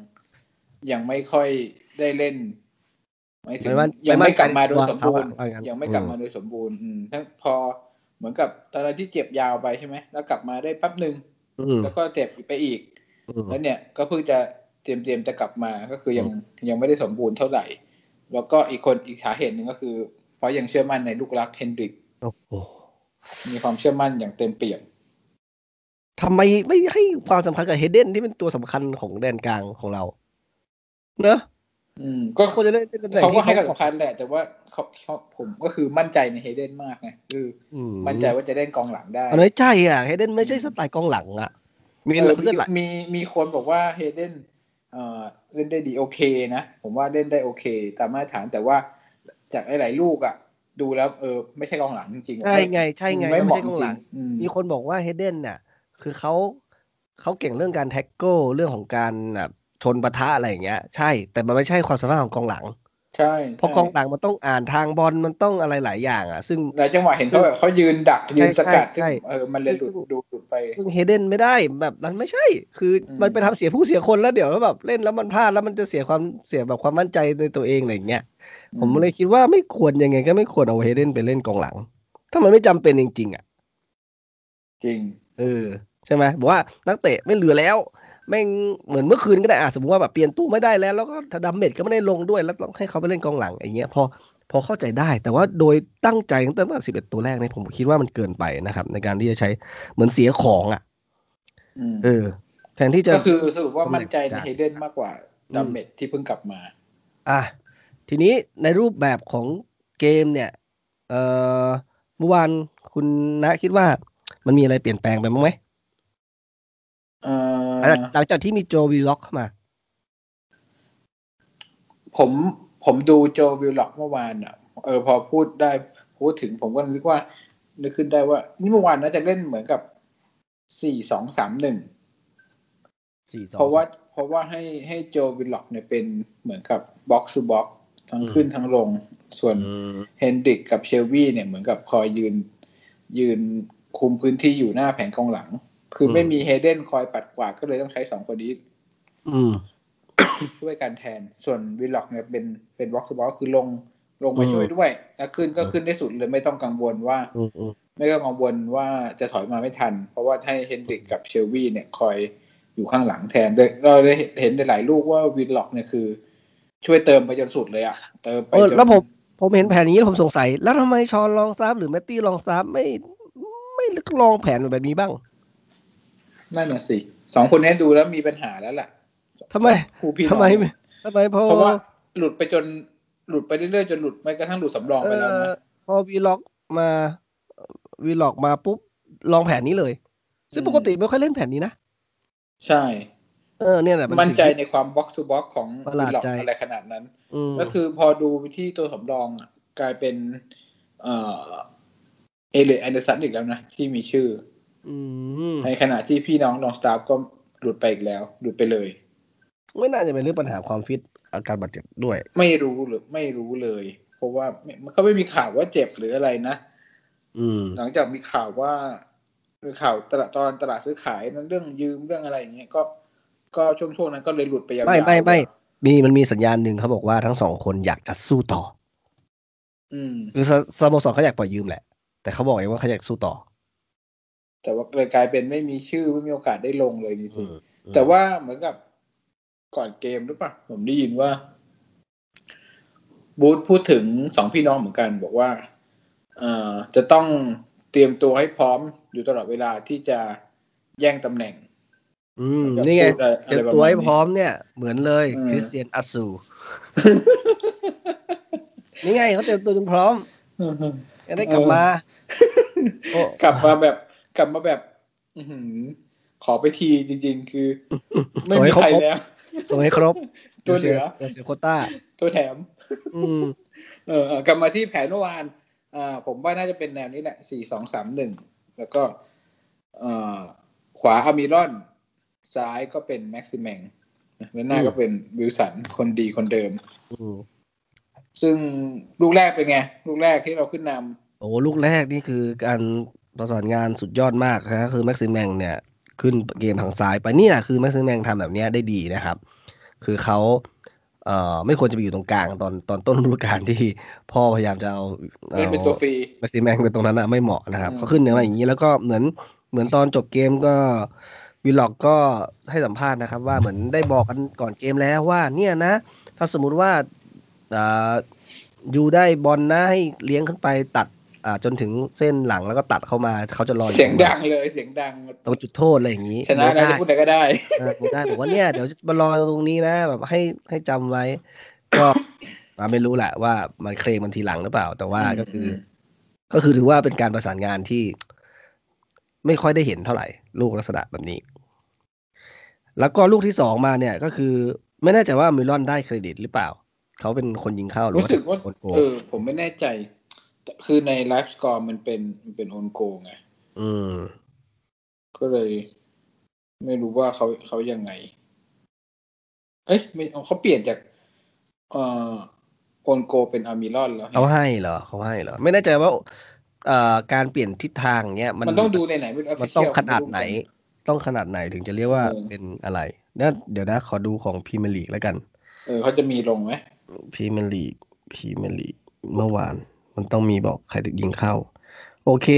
Speaker 2: ยังไม่ค่อยได้เล่นหมายถึง
Speaker 1: ไม่มั่น
Speaker 2: ยังไม่กลับมาโดย
Speaker 1: ไม่มั่
Speaker 2: ส
Speaker 1: น
Speaker 2: ม
Speaker 1: ใจ
Speaker 2: บูรณ์
Speaker 1: ว่าว่างั้น
Speaker 2: ยังไม่กลับมาโดยสมบูรณ์อืมทั้งพอเหมือนกับตอนนั้นที่เจ็บยาวไปใช่ไหมแล้วกลับมาได้แป๊บหนึ่ง
Speaker 1: อืม
Speaker 2: แล้วก็เจ็บไปอีก
Speaker 1: อืม
Speaker 2: แล้วเนี่ยก็เพิ่งจะเตรียมเตรียมจะกลับมาก็คือยังยังไม่ได้สมบูรณ์เท่าไหร่ แล้วก็อีกคนอีกสาเหตุหนึ่งก็คือ เพราะยังเชื่อมั่นในลูกรักเฮนดริก
Speaker 1: โอ้โห
Speaker 2: มีความเชื่อมั่นอย่างเต็มเปี่ยม
Speaker 1: ทำไมไม่ให้ความสำคัญกับเฮเดนที่เป็นตัวสำคัญของแดนกลางของเรา เนอะ
Speaker 2: อืมก็
Speaker 1: ควรจะได้เป็นตำแหน่ง
Speaker 2: เขาก็
Speaker 1: ที่
Speaker 2: ให้ความสำคัญแหละ แต่ว่าเขาเขาผมก็คือมั่นใจในเฮเดนมากไงคือ
Speaker 1: อื
Speaker 2: มั่นใจว่าจะเล่นกองหลังได้
Speaker 1: อันนี้ใช่อ่ะเฮเดนไม่ใช่สไตล์กองหลังอ่ะ มี
Speaker 2: เออ
Speaker 1: เพื่อนหลาย
Speaker 2: มีมีคนบอกว่าเฮเดนเอ่อเล่นได้ดีโอเคนะ ผมว่าเล่นได้โอเค ตามมาตรฐานแต่ว่าจากหลายๆลูกอ่ะ ดูแล้วเออไม่ใช่กองหลังจริงๆ
Speaker 1: ใช่ไง ใช่ไง
Speaker 2: ไม่เห
Speaker 1: ไม่
Speaker 2: มาะ
Speaker 1: ใช่ก
Speaker 2: จ
Speaker 1: อง
Speaker 2: ริ
Speaker 1: หลั
Speaker 2: ง
Speaker 1: ง
Speaker 2: ๆอืม
Speaker 1: มีคนบอกว่าเฮเดนเนี่ยคือเขาเขาเก่งเรื่องการแท็กเกิลเรื่องของการแบบชนปะทะอะไรอย่างเงี้ย ใช่ แต่มันไม่ใช่ความสามารถของกองหลัง
Speaker 2: ใช่
Speaker 1: เพราะกองหลังมันต้องอ่านทางบอลมันต้องอะไรหลายอย่างอ่ะ ซึ่ง
Speaker 2: หลายจังหวะเห็นเขาแบบเขายืนดักยืนสกัด
Speaker 1: ใช่ใช่
Speaker 2: ซึ่งเออมันเลยหลุดดูหลุดไป
Speaker 1: ซึ่งเฮเดนไม่ได้แบบนั้นไม่ใช่ คืออ
Speaker 2: ม
Speaker 1: มันไปทำเสียผู้เสียคนแล้วเดี๋ยวแล้วแบบเล่นแล้วมันพลาดแล้วมันจะเสียความเสียแบบความมั่นใจในตัวเองอะไรอย่างเงี้ยผมเลยคิดว่าไม่ควรยังไงก็ไม่ควรเอาเฮเดนไปเล่นกองหลัง ถ้ามันไม่จำเป็นจริงๆอ่ะ
Speaker 2: จริง
Speaker 1: เออใช่ไหมบอกว่านักเตะไม่เหลือแล้วแม่งเหมือนเมื่อคืนก็ได้อ่ะสมมติว่าแบบเปลี่ยนตู้ไม่ได้แล้วแล้วก็ถ้าดัมเมดก็ไม่ได้ลงด้วยแล้วต้องให้เขาไปเล่นกองหลังอย่างเงี้ยพอพอเข้าใจได้ แต่ว่าโดยตั้งใจตั้งแต่สิบเอ็ดตัวแรกเนี่ยผมคิดว่ามันเกินไปนะครับ ในการที่จะใช้เหมือนเสียของอ่ะ
Speaker 2: อืม
Speaker 1: เออแทนที่จะ
Speaker 2: ก็คือสรุปว่ามั่นใจในเฮเดนมากกว่า
Speaker 1: อืม
Speaker 2: ดัมเมดที่เพิ่งกลับมา
Speaker 1: อ่ะทีนี้ในรูปแบบของเกมเนี่ย เอ่อเมื่อวานคุณณคิดว่ามันมีอะไรเปลี่ยนแปลงไปบ้างไหม
Speaker 2: เอ่อ
Speaker 1: หลังจากที่มีโจวีล็อกเข้ามา
Speaker 2: ผมผมดูโจวิลล็อกเมื่อวานอ่ะ เออพอพูดได้พูดถึงผมก็นึกว่า นึกขึ้นได้ว่า นี่เมื่อวานน่าจะเล่นเหมือนกับสี่สองสามหนึ่ง
Speaker 1: สี่สอง
Speaker 2: เพราะว่าเพราะว่าให้ให้โจวิลล็อกเนี่ยเป็นเหมือนกับบ็อกซ์บ็อกทั้ง
Speaker 1: อืม
Speaker 2: ขึ้นทั้งลง ส่วน
Speaker 1: ม
Speaker 2: เฮนดริกกับเชลวี่เนี่ยเหมือนกับคอยยืน ยืนคุมพื้นที่อยู่หน้าแผงกองหลัง คือไม่มีเฮเดนคอยปัดกวาดก็เลยต้องใช้สองคนนี้
Speaker 1: อืม
Speaker 2: ช่วยกันแทน ส่วนวิล็อกเนี่ยเป็นเป็นวอล์กทูบอลคือลงลงมา
Speaker 1: อืม
Speaker 2: ช่วยด้วยแล้วขึ้นก็ขึ้นได้สุดเลยไม่ต้องกังวลว่า
Speaker 1: อืมอืม
Speaker 2: ไม่ต้องกังวลว่าจะถอยมาไม่ทัน เพราะว่าให้เฮนดริกกับเชลวีเนี่ยคอยอยู่ข้างหลังแทนเลยเราได้เห็นในหลายลูกว่าวิล็อกเนี่ยคือ ช่วยเติมไปจนสุดเลยอะเติมไป
Speaker 1: เออ
Speaker 2: จน
Speaker 1: แล้วผมผ ผมเห็นแผนอย่างนี้แล้วผมสงสัย แล้วทำไมชอนลองซับหรือแมตตี้ลองซับไม่ไม่ลองแผนแบบนี้บ้าง
Speaker 2: นั่นน่ะสิสองคนนี้ดูแล้วมีปัญหาแล้วล่ะ
Speaker 1: ทำไม
Speaker 2: ครูพี่น้อง
Speaker 1: ทำไมทำไมพอ
Speaker 2: เพราะว่าหลุดไปจนหลุดไปเรื่อยๆจนหลุดแม้กระทั่งหลุดสำรอง
Speaker 1: เอ
Speaker 2: ไปแล้ว
Speaker 1: อ
Speaker 2: นะ
Speaker 1: พอวีล็อกมาวีล็อกมาปุ๊บลองแผนนี้เลย ซึ่งปกติไม่ค่อยเล่นแผนนี้นะ
Speaker 2: ใช่
Speaker 1: เออเนี่ยแหละเป็
Speaker 2: มั่นใจ
Speaker 1: สิ่งที่
Speaker 2: ในความบ็อกซ์ทูบ็อกของ
Speaker 1: ประหลาด
Speaker 2: วิลล็อก
Speaker 1: ใจ
Speaker 2: อะไรขนาดนั้น
Speaker 1: อืม
Speaker 2: ก็คือพอดูที่ตัวสำรองอะกลายเป็น เอ่อเอเลแอนเดอร์สันอีกแล้วนะ ที่มีชื่อ
Speaker 1: อืม
Speaker 2: ในขณะที่พี่น้องนองสตาฟก็หลุดไปอีกแล้ว หลุดไปเลย
Speaker 1: ไม่น่าจะเป็นเรื่องปัญหาความฟิตอาการบาดเจ็บด้วย
Speaker 2: ไม่รู้หรือไม่รู้เลย เพราะว่าไม่มันก็ไม่มีข่าวว่าเจ็บหรืออะไรนะ
Speaker 1: อืม
Speaker 2: หลังจากมีข่าวว่ามีข่าวตลาดตอนตลาดซื้อขายนั้นเรื่องยืมเรื่องอะไรอย่างเงี้ยก็ก็ช่วงช่วงนั้นก็เลยหลุดไปยาวๆ
Speaker 1: ไม่ไม่ไม่ มีมันมีสัญญาณหนึ่งเขาบอกว่าทั้งสองคนอยากจะสู้ต่อ
Speaker 2: อืม
Speaker 1: คือสสโมสรเขาอยากปล่อยยืมแหละ แต่เขาบอกเองว่าเขาอยากสู้ต่อ
Speaker 2: แต่ว่าเลยกลายเป็นไม่มีชื่อไม่มีโอกาสได้ลงเลยจ
Speaker 1: อ
Speaker 2: ริงๆ แต่ว่าเหมือนกับก่อนเกมหรือเปล่าผมได้ยินว่า บูธพูดถึงสองพี่น้องเหมือนกัน บอกว่า เอ่อจะต้องเตรียมตัวให้พร้อมอยู่ตลอดเวลาที่จะแย่งตำแหน่ง
Speaker 1: อืมนี่ไง
Speaker 2: จะพูดอะ
Speaker 1: เตรียม
Speaker 2: ระาณนี้
Speaker 1: ตัวให้พร้อมเนี่ย เหมือนเลย
Speaker 2: อืม
Speaker 1: คริสเตียนอัสซู นี่ไงเขาเตรียมตัวจนพร้อมจะได้กลับมาโอ้
Speaker 2: กลับมาแบบกลับมาแบบ อื้อหือ ขอไปทีจริง ๆ คือ ไม่มีใครแล้ว
Speaker 1: ส่งให้ครบ
Speaker 2: ตัวเหลือ
Speaker 1: ดี๋ยเสียโควต้า
Speaker 2: ตัวแถม
Speaker 1: อืม
Speaker 2: เออเออกลับมาที่แผนเมื่อวานอ่าผมว่าน่าจะเป็นแนวนี้แหละสี่สองสามหนึ่งแล้วก็เอ่อขวาฮามิรอน ซ้ายก็เป็นแม็กซิแมงนะแล้วหน้า
Speaker 1: อืม
Speaker 2: ก็เป็นวิลสัน คนดีคนเดิม
Speaker 1: อืม
Speaker 2: ซึ่งลูกแรกเป็นไง ลูกแรกที่เราขึ้นน
Speaker 1: โอ้ลูกแรกนี่คือการประสานงานสุดยอดมากนะคือแม็กซิแมงเนี่ยขึ้นเกมทางซ้ายไปนี่แหละคือแม็กซิแมงทำแบบเนี้ยได้ดีนะครับ คือเขาเอ่อไม่ควรจะไปอยู่ตรงกลางตอนตอนต้นฤดูกาลที่พ่อพยายามจะเอา
Speaker 2: ำเป็นเป็นตัวฟรี
Speaker 1: แม็กซิแมงเป็นตรงนั้นอะไม่เหมาะนะครับ
Speaker 2: อืม
Speaker 1: เขาขึ้นอย่างไรอย่างนี้แล้วก็เหมือนเหมือนตอนจบเกมก็วิลล็อกก็ให้สัมภาษณ์นะครับ ว่าเหมือนได้บอกกันก่อนเกมแล้วว่าเนี่ยนะ ถ้าสมมุติว่าอ่าอยู่ได้บอลนะให้เลี้ยงขึ้นไปตัดอ่าจนถึงเส้นหลังแล้วก็ตัดเข้ามาเขาจะรออ
Speaker 2: เสียงดังเลยเสียงดัง
Speaker 1: ตรงจุดโทษอะไรอย่างนี้
Speaker 2: ชนะนะจะพูดอะไรก็ได้
Speaker 1: เออไม่ได้บอกว่าเนี่ยเดี๋ยวจะมารอตรงนี้นะ แบบให้ให้จำไว้ ก็ (coughs) อ่าไม่รู้แหละว่ามันเคลมมันทีหลังหรือเปล่า แต่ว่าก็คือ ก็คือถือว่าเป็นการประสานงานที่ ไม่ค่อยได้เห็นเท่าไหร่ ลูกลักษณะแบบนี้ แล้วก็ลูกที่สองมาเนี่ยก็คือ ไม่แน่ใจว่ามิลอนได้เครดิตหรือเปล่า เขาเป็นคนยิงเข้าหรือ
Speaker 2: รู้สึกว่า
Speaker 1: เป็นคนโกง
Speaker 2: เออผมไม่แน่ใจแต่คือในไลฟ์สกอร์มันเป็นมันเป็นโอนโกงไง
Speaker 1: อืม
Speaker 2: ก็เลย ไม่รู้ว่าเขาเขายังไง เอ้ยไม่เขาเปลี่ยนจาก เอ่อโอนโกเป็นอาร์มิรอนแล้ว
Speaker 1: เขาให้เหรอเขาให้เหรอ ไม่แน่ใจว่าเอ่อการเปลี่ยนทิศทางเนี้ย มัน
Speaker 2: มันต้องดูในไหนไม่รู้
Speaker 1: มันต้อง
Speaker 2: official
Speaker 1: ขนาดไหน
Speaker 2: ม่รู้
Speaker 1: ต้องขนาดไหนถึงจะเรียกว่า
Speaker 2: เออ
Speaker 1: เป็นอะไรนะเดี๋ยวนะ ขอดูของพรีเมียร์ลีกแล้วกัน
Speaker 2: เออเขาจะมีลงไหม
Speaker 1: พรีเมียร์ลีกพรีเมียร์ลีกเมื่อวาน มันต้องมีบอกใครถึงยิงเข้า โอเค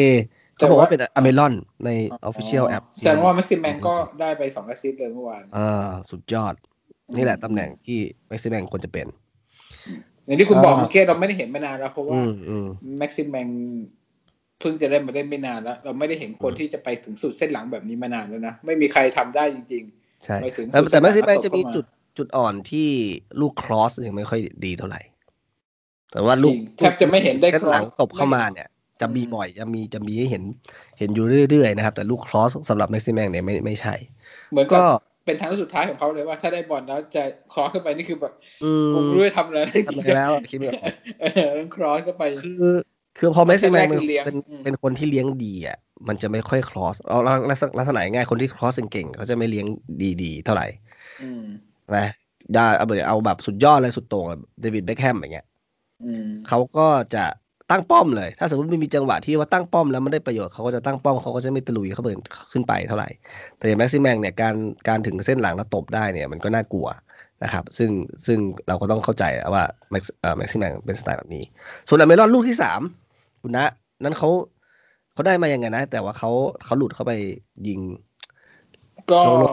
Speaker 1: เขาบอกว่าเป็นอเมรอนใน Official App
Speaker 2: แสดงว่าแม็กซิแมนก็ได้ไปสองแอสซิสต์เลยเมื่อวาน
Speaker 1: อ่าสุดยอด นี่แหละตำแหน่งที่แม็กซิแมงควรจะเป็น
Speaker 2: อย่างที่คุณ
Speaker 1: อ่า
Speaker 2: บอกเมื่อกี้เราไม่ได้เห็นมานานแล้ว เพราะว่า
Speaker 1: อืมอืม
Speaker 2: แม็กซิแมนเพิ่งจะได้มาได้ไม่นานแล้ว เราไม่ได้เห็นคนที่จะไปถึงสุดเส้นหลังแบบนี้มานานแล้วนะ ไม่มีใครทำได้จริง
Speaker 1: ใช่
Speaker 2: ไปถึง
Speaker 1: แต่แต่แม็กซิ
Speaker 2: สุ
Speaker 1: แม
Speaker 2: ดสาน มารถ
Speaker 1: จะมี
Speaker 2: ตบเข้ามา
Speaker 1: จุดจุดอ่อนที่ลูกครอสยังไม่ค่อยดีเท่าไหร่ แต่ว่า
Speaker 2: ๆ
Speaker 1: ลูก
Speaker 2: จริงแทบจะไม่เห็นได้
Speaker 1: เส้นหลัง
Speaker 2: ครบ
Speaker 1: ตบเข้ามาเนี่ย จะมีบ่อยจะมีจะมีให้เห็นเห็นอยู่เรื่อยๆนะครับ แต่ลูกครอสสำหรับแม็กซิแมงเนี่ยไม่ไม่ใช่
Speaker 2: เหมือนกั
Speaker 1: ก็
Speaker 2: บเป็นทางสุดท้ายของเขาเลยว่าถ้าได้บอลแล้วจะครอสเข้าไปนี่คือแบบ
Speaker 1: อื
Speaker 2: กู
Speaker 1: ม
Speaker 2: ไม่รู้จะทำอะไรได้
Speaker 1: ทำ
Speaker 2: กี่
Speaker 1: ไปแล้วคิดไม่ออก
Speaker 2: เออแล้วครอสเข้าไป
Speaker 1: คือคือพอแม็กซิแมนเป็น
Speaker 2: คือเลี้ยง
Speaker 1: เป็น
Speaker 2: อืม
Speaker 1: เป็นคนที่เลี้ยงดีอ่ะมันจะไม่ค่อยคลอสเอาลักษณะลักษณะง่ายๆคนที่คลอสเก่งๆเขาจะไม่เลี้ยงดีๆ เท่าไหร่
Speaker 2: อืม
Speaker 1: นะได้เอาแบบเอาแบบสุดยอดเลยสุดโต่งแบบเดวิดเบคแฮมอย่างเงี้ย
Speaker 2: อืม
Speaker 1: เขาก็จะตั้งป้อมเลย ถ้าสมมติมันมีจังหวะที่ว่าตั้งป้อมแล้วมันได้ประโยชน์เขาก็จะตั้งป้อมเขาก็จะไม่ตะลุยเขาเบินขึ้นไปเท่าไหร่ แต่อย่างแม็กซิแมงเนี่ยการการถึงเส้นหลังแล้วตบได้เนี่ยมันก็น่ากลัวนะครับ ซึ่งซึ่งเราก็ต้องเข้าใจว่าแม็กแม็กซิแมงเป็นสไตล์แบบนี้ ส่วนอเมรอนลูกที่สามคุณนะ นั้นเขาเขาได้มายังไงนะ แต่ว่าเขาเขาหลุดเข้าไปยิง
Speaker 2: ก็
Speaker 1: โลโล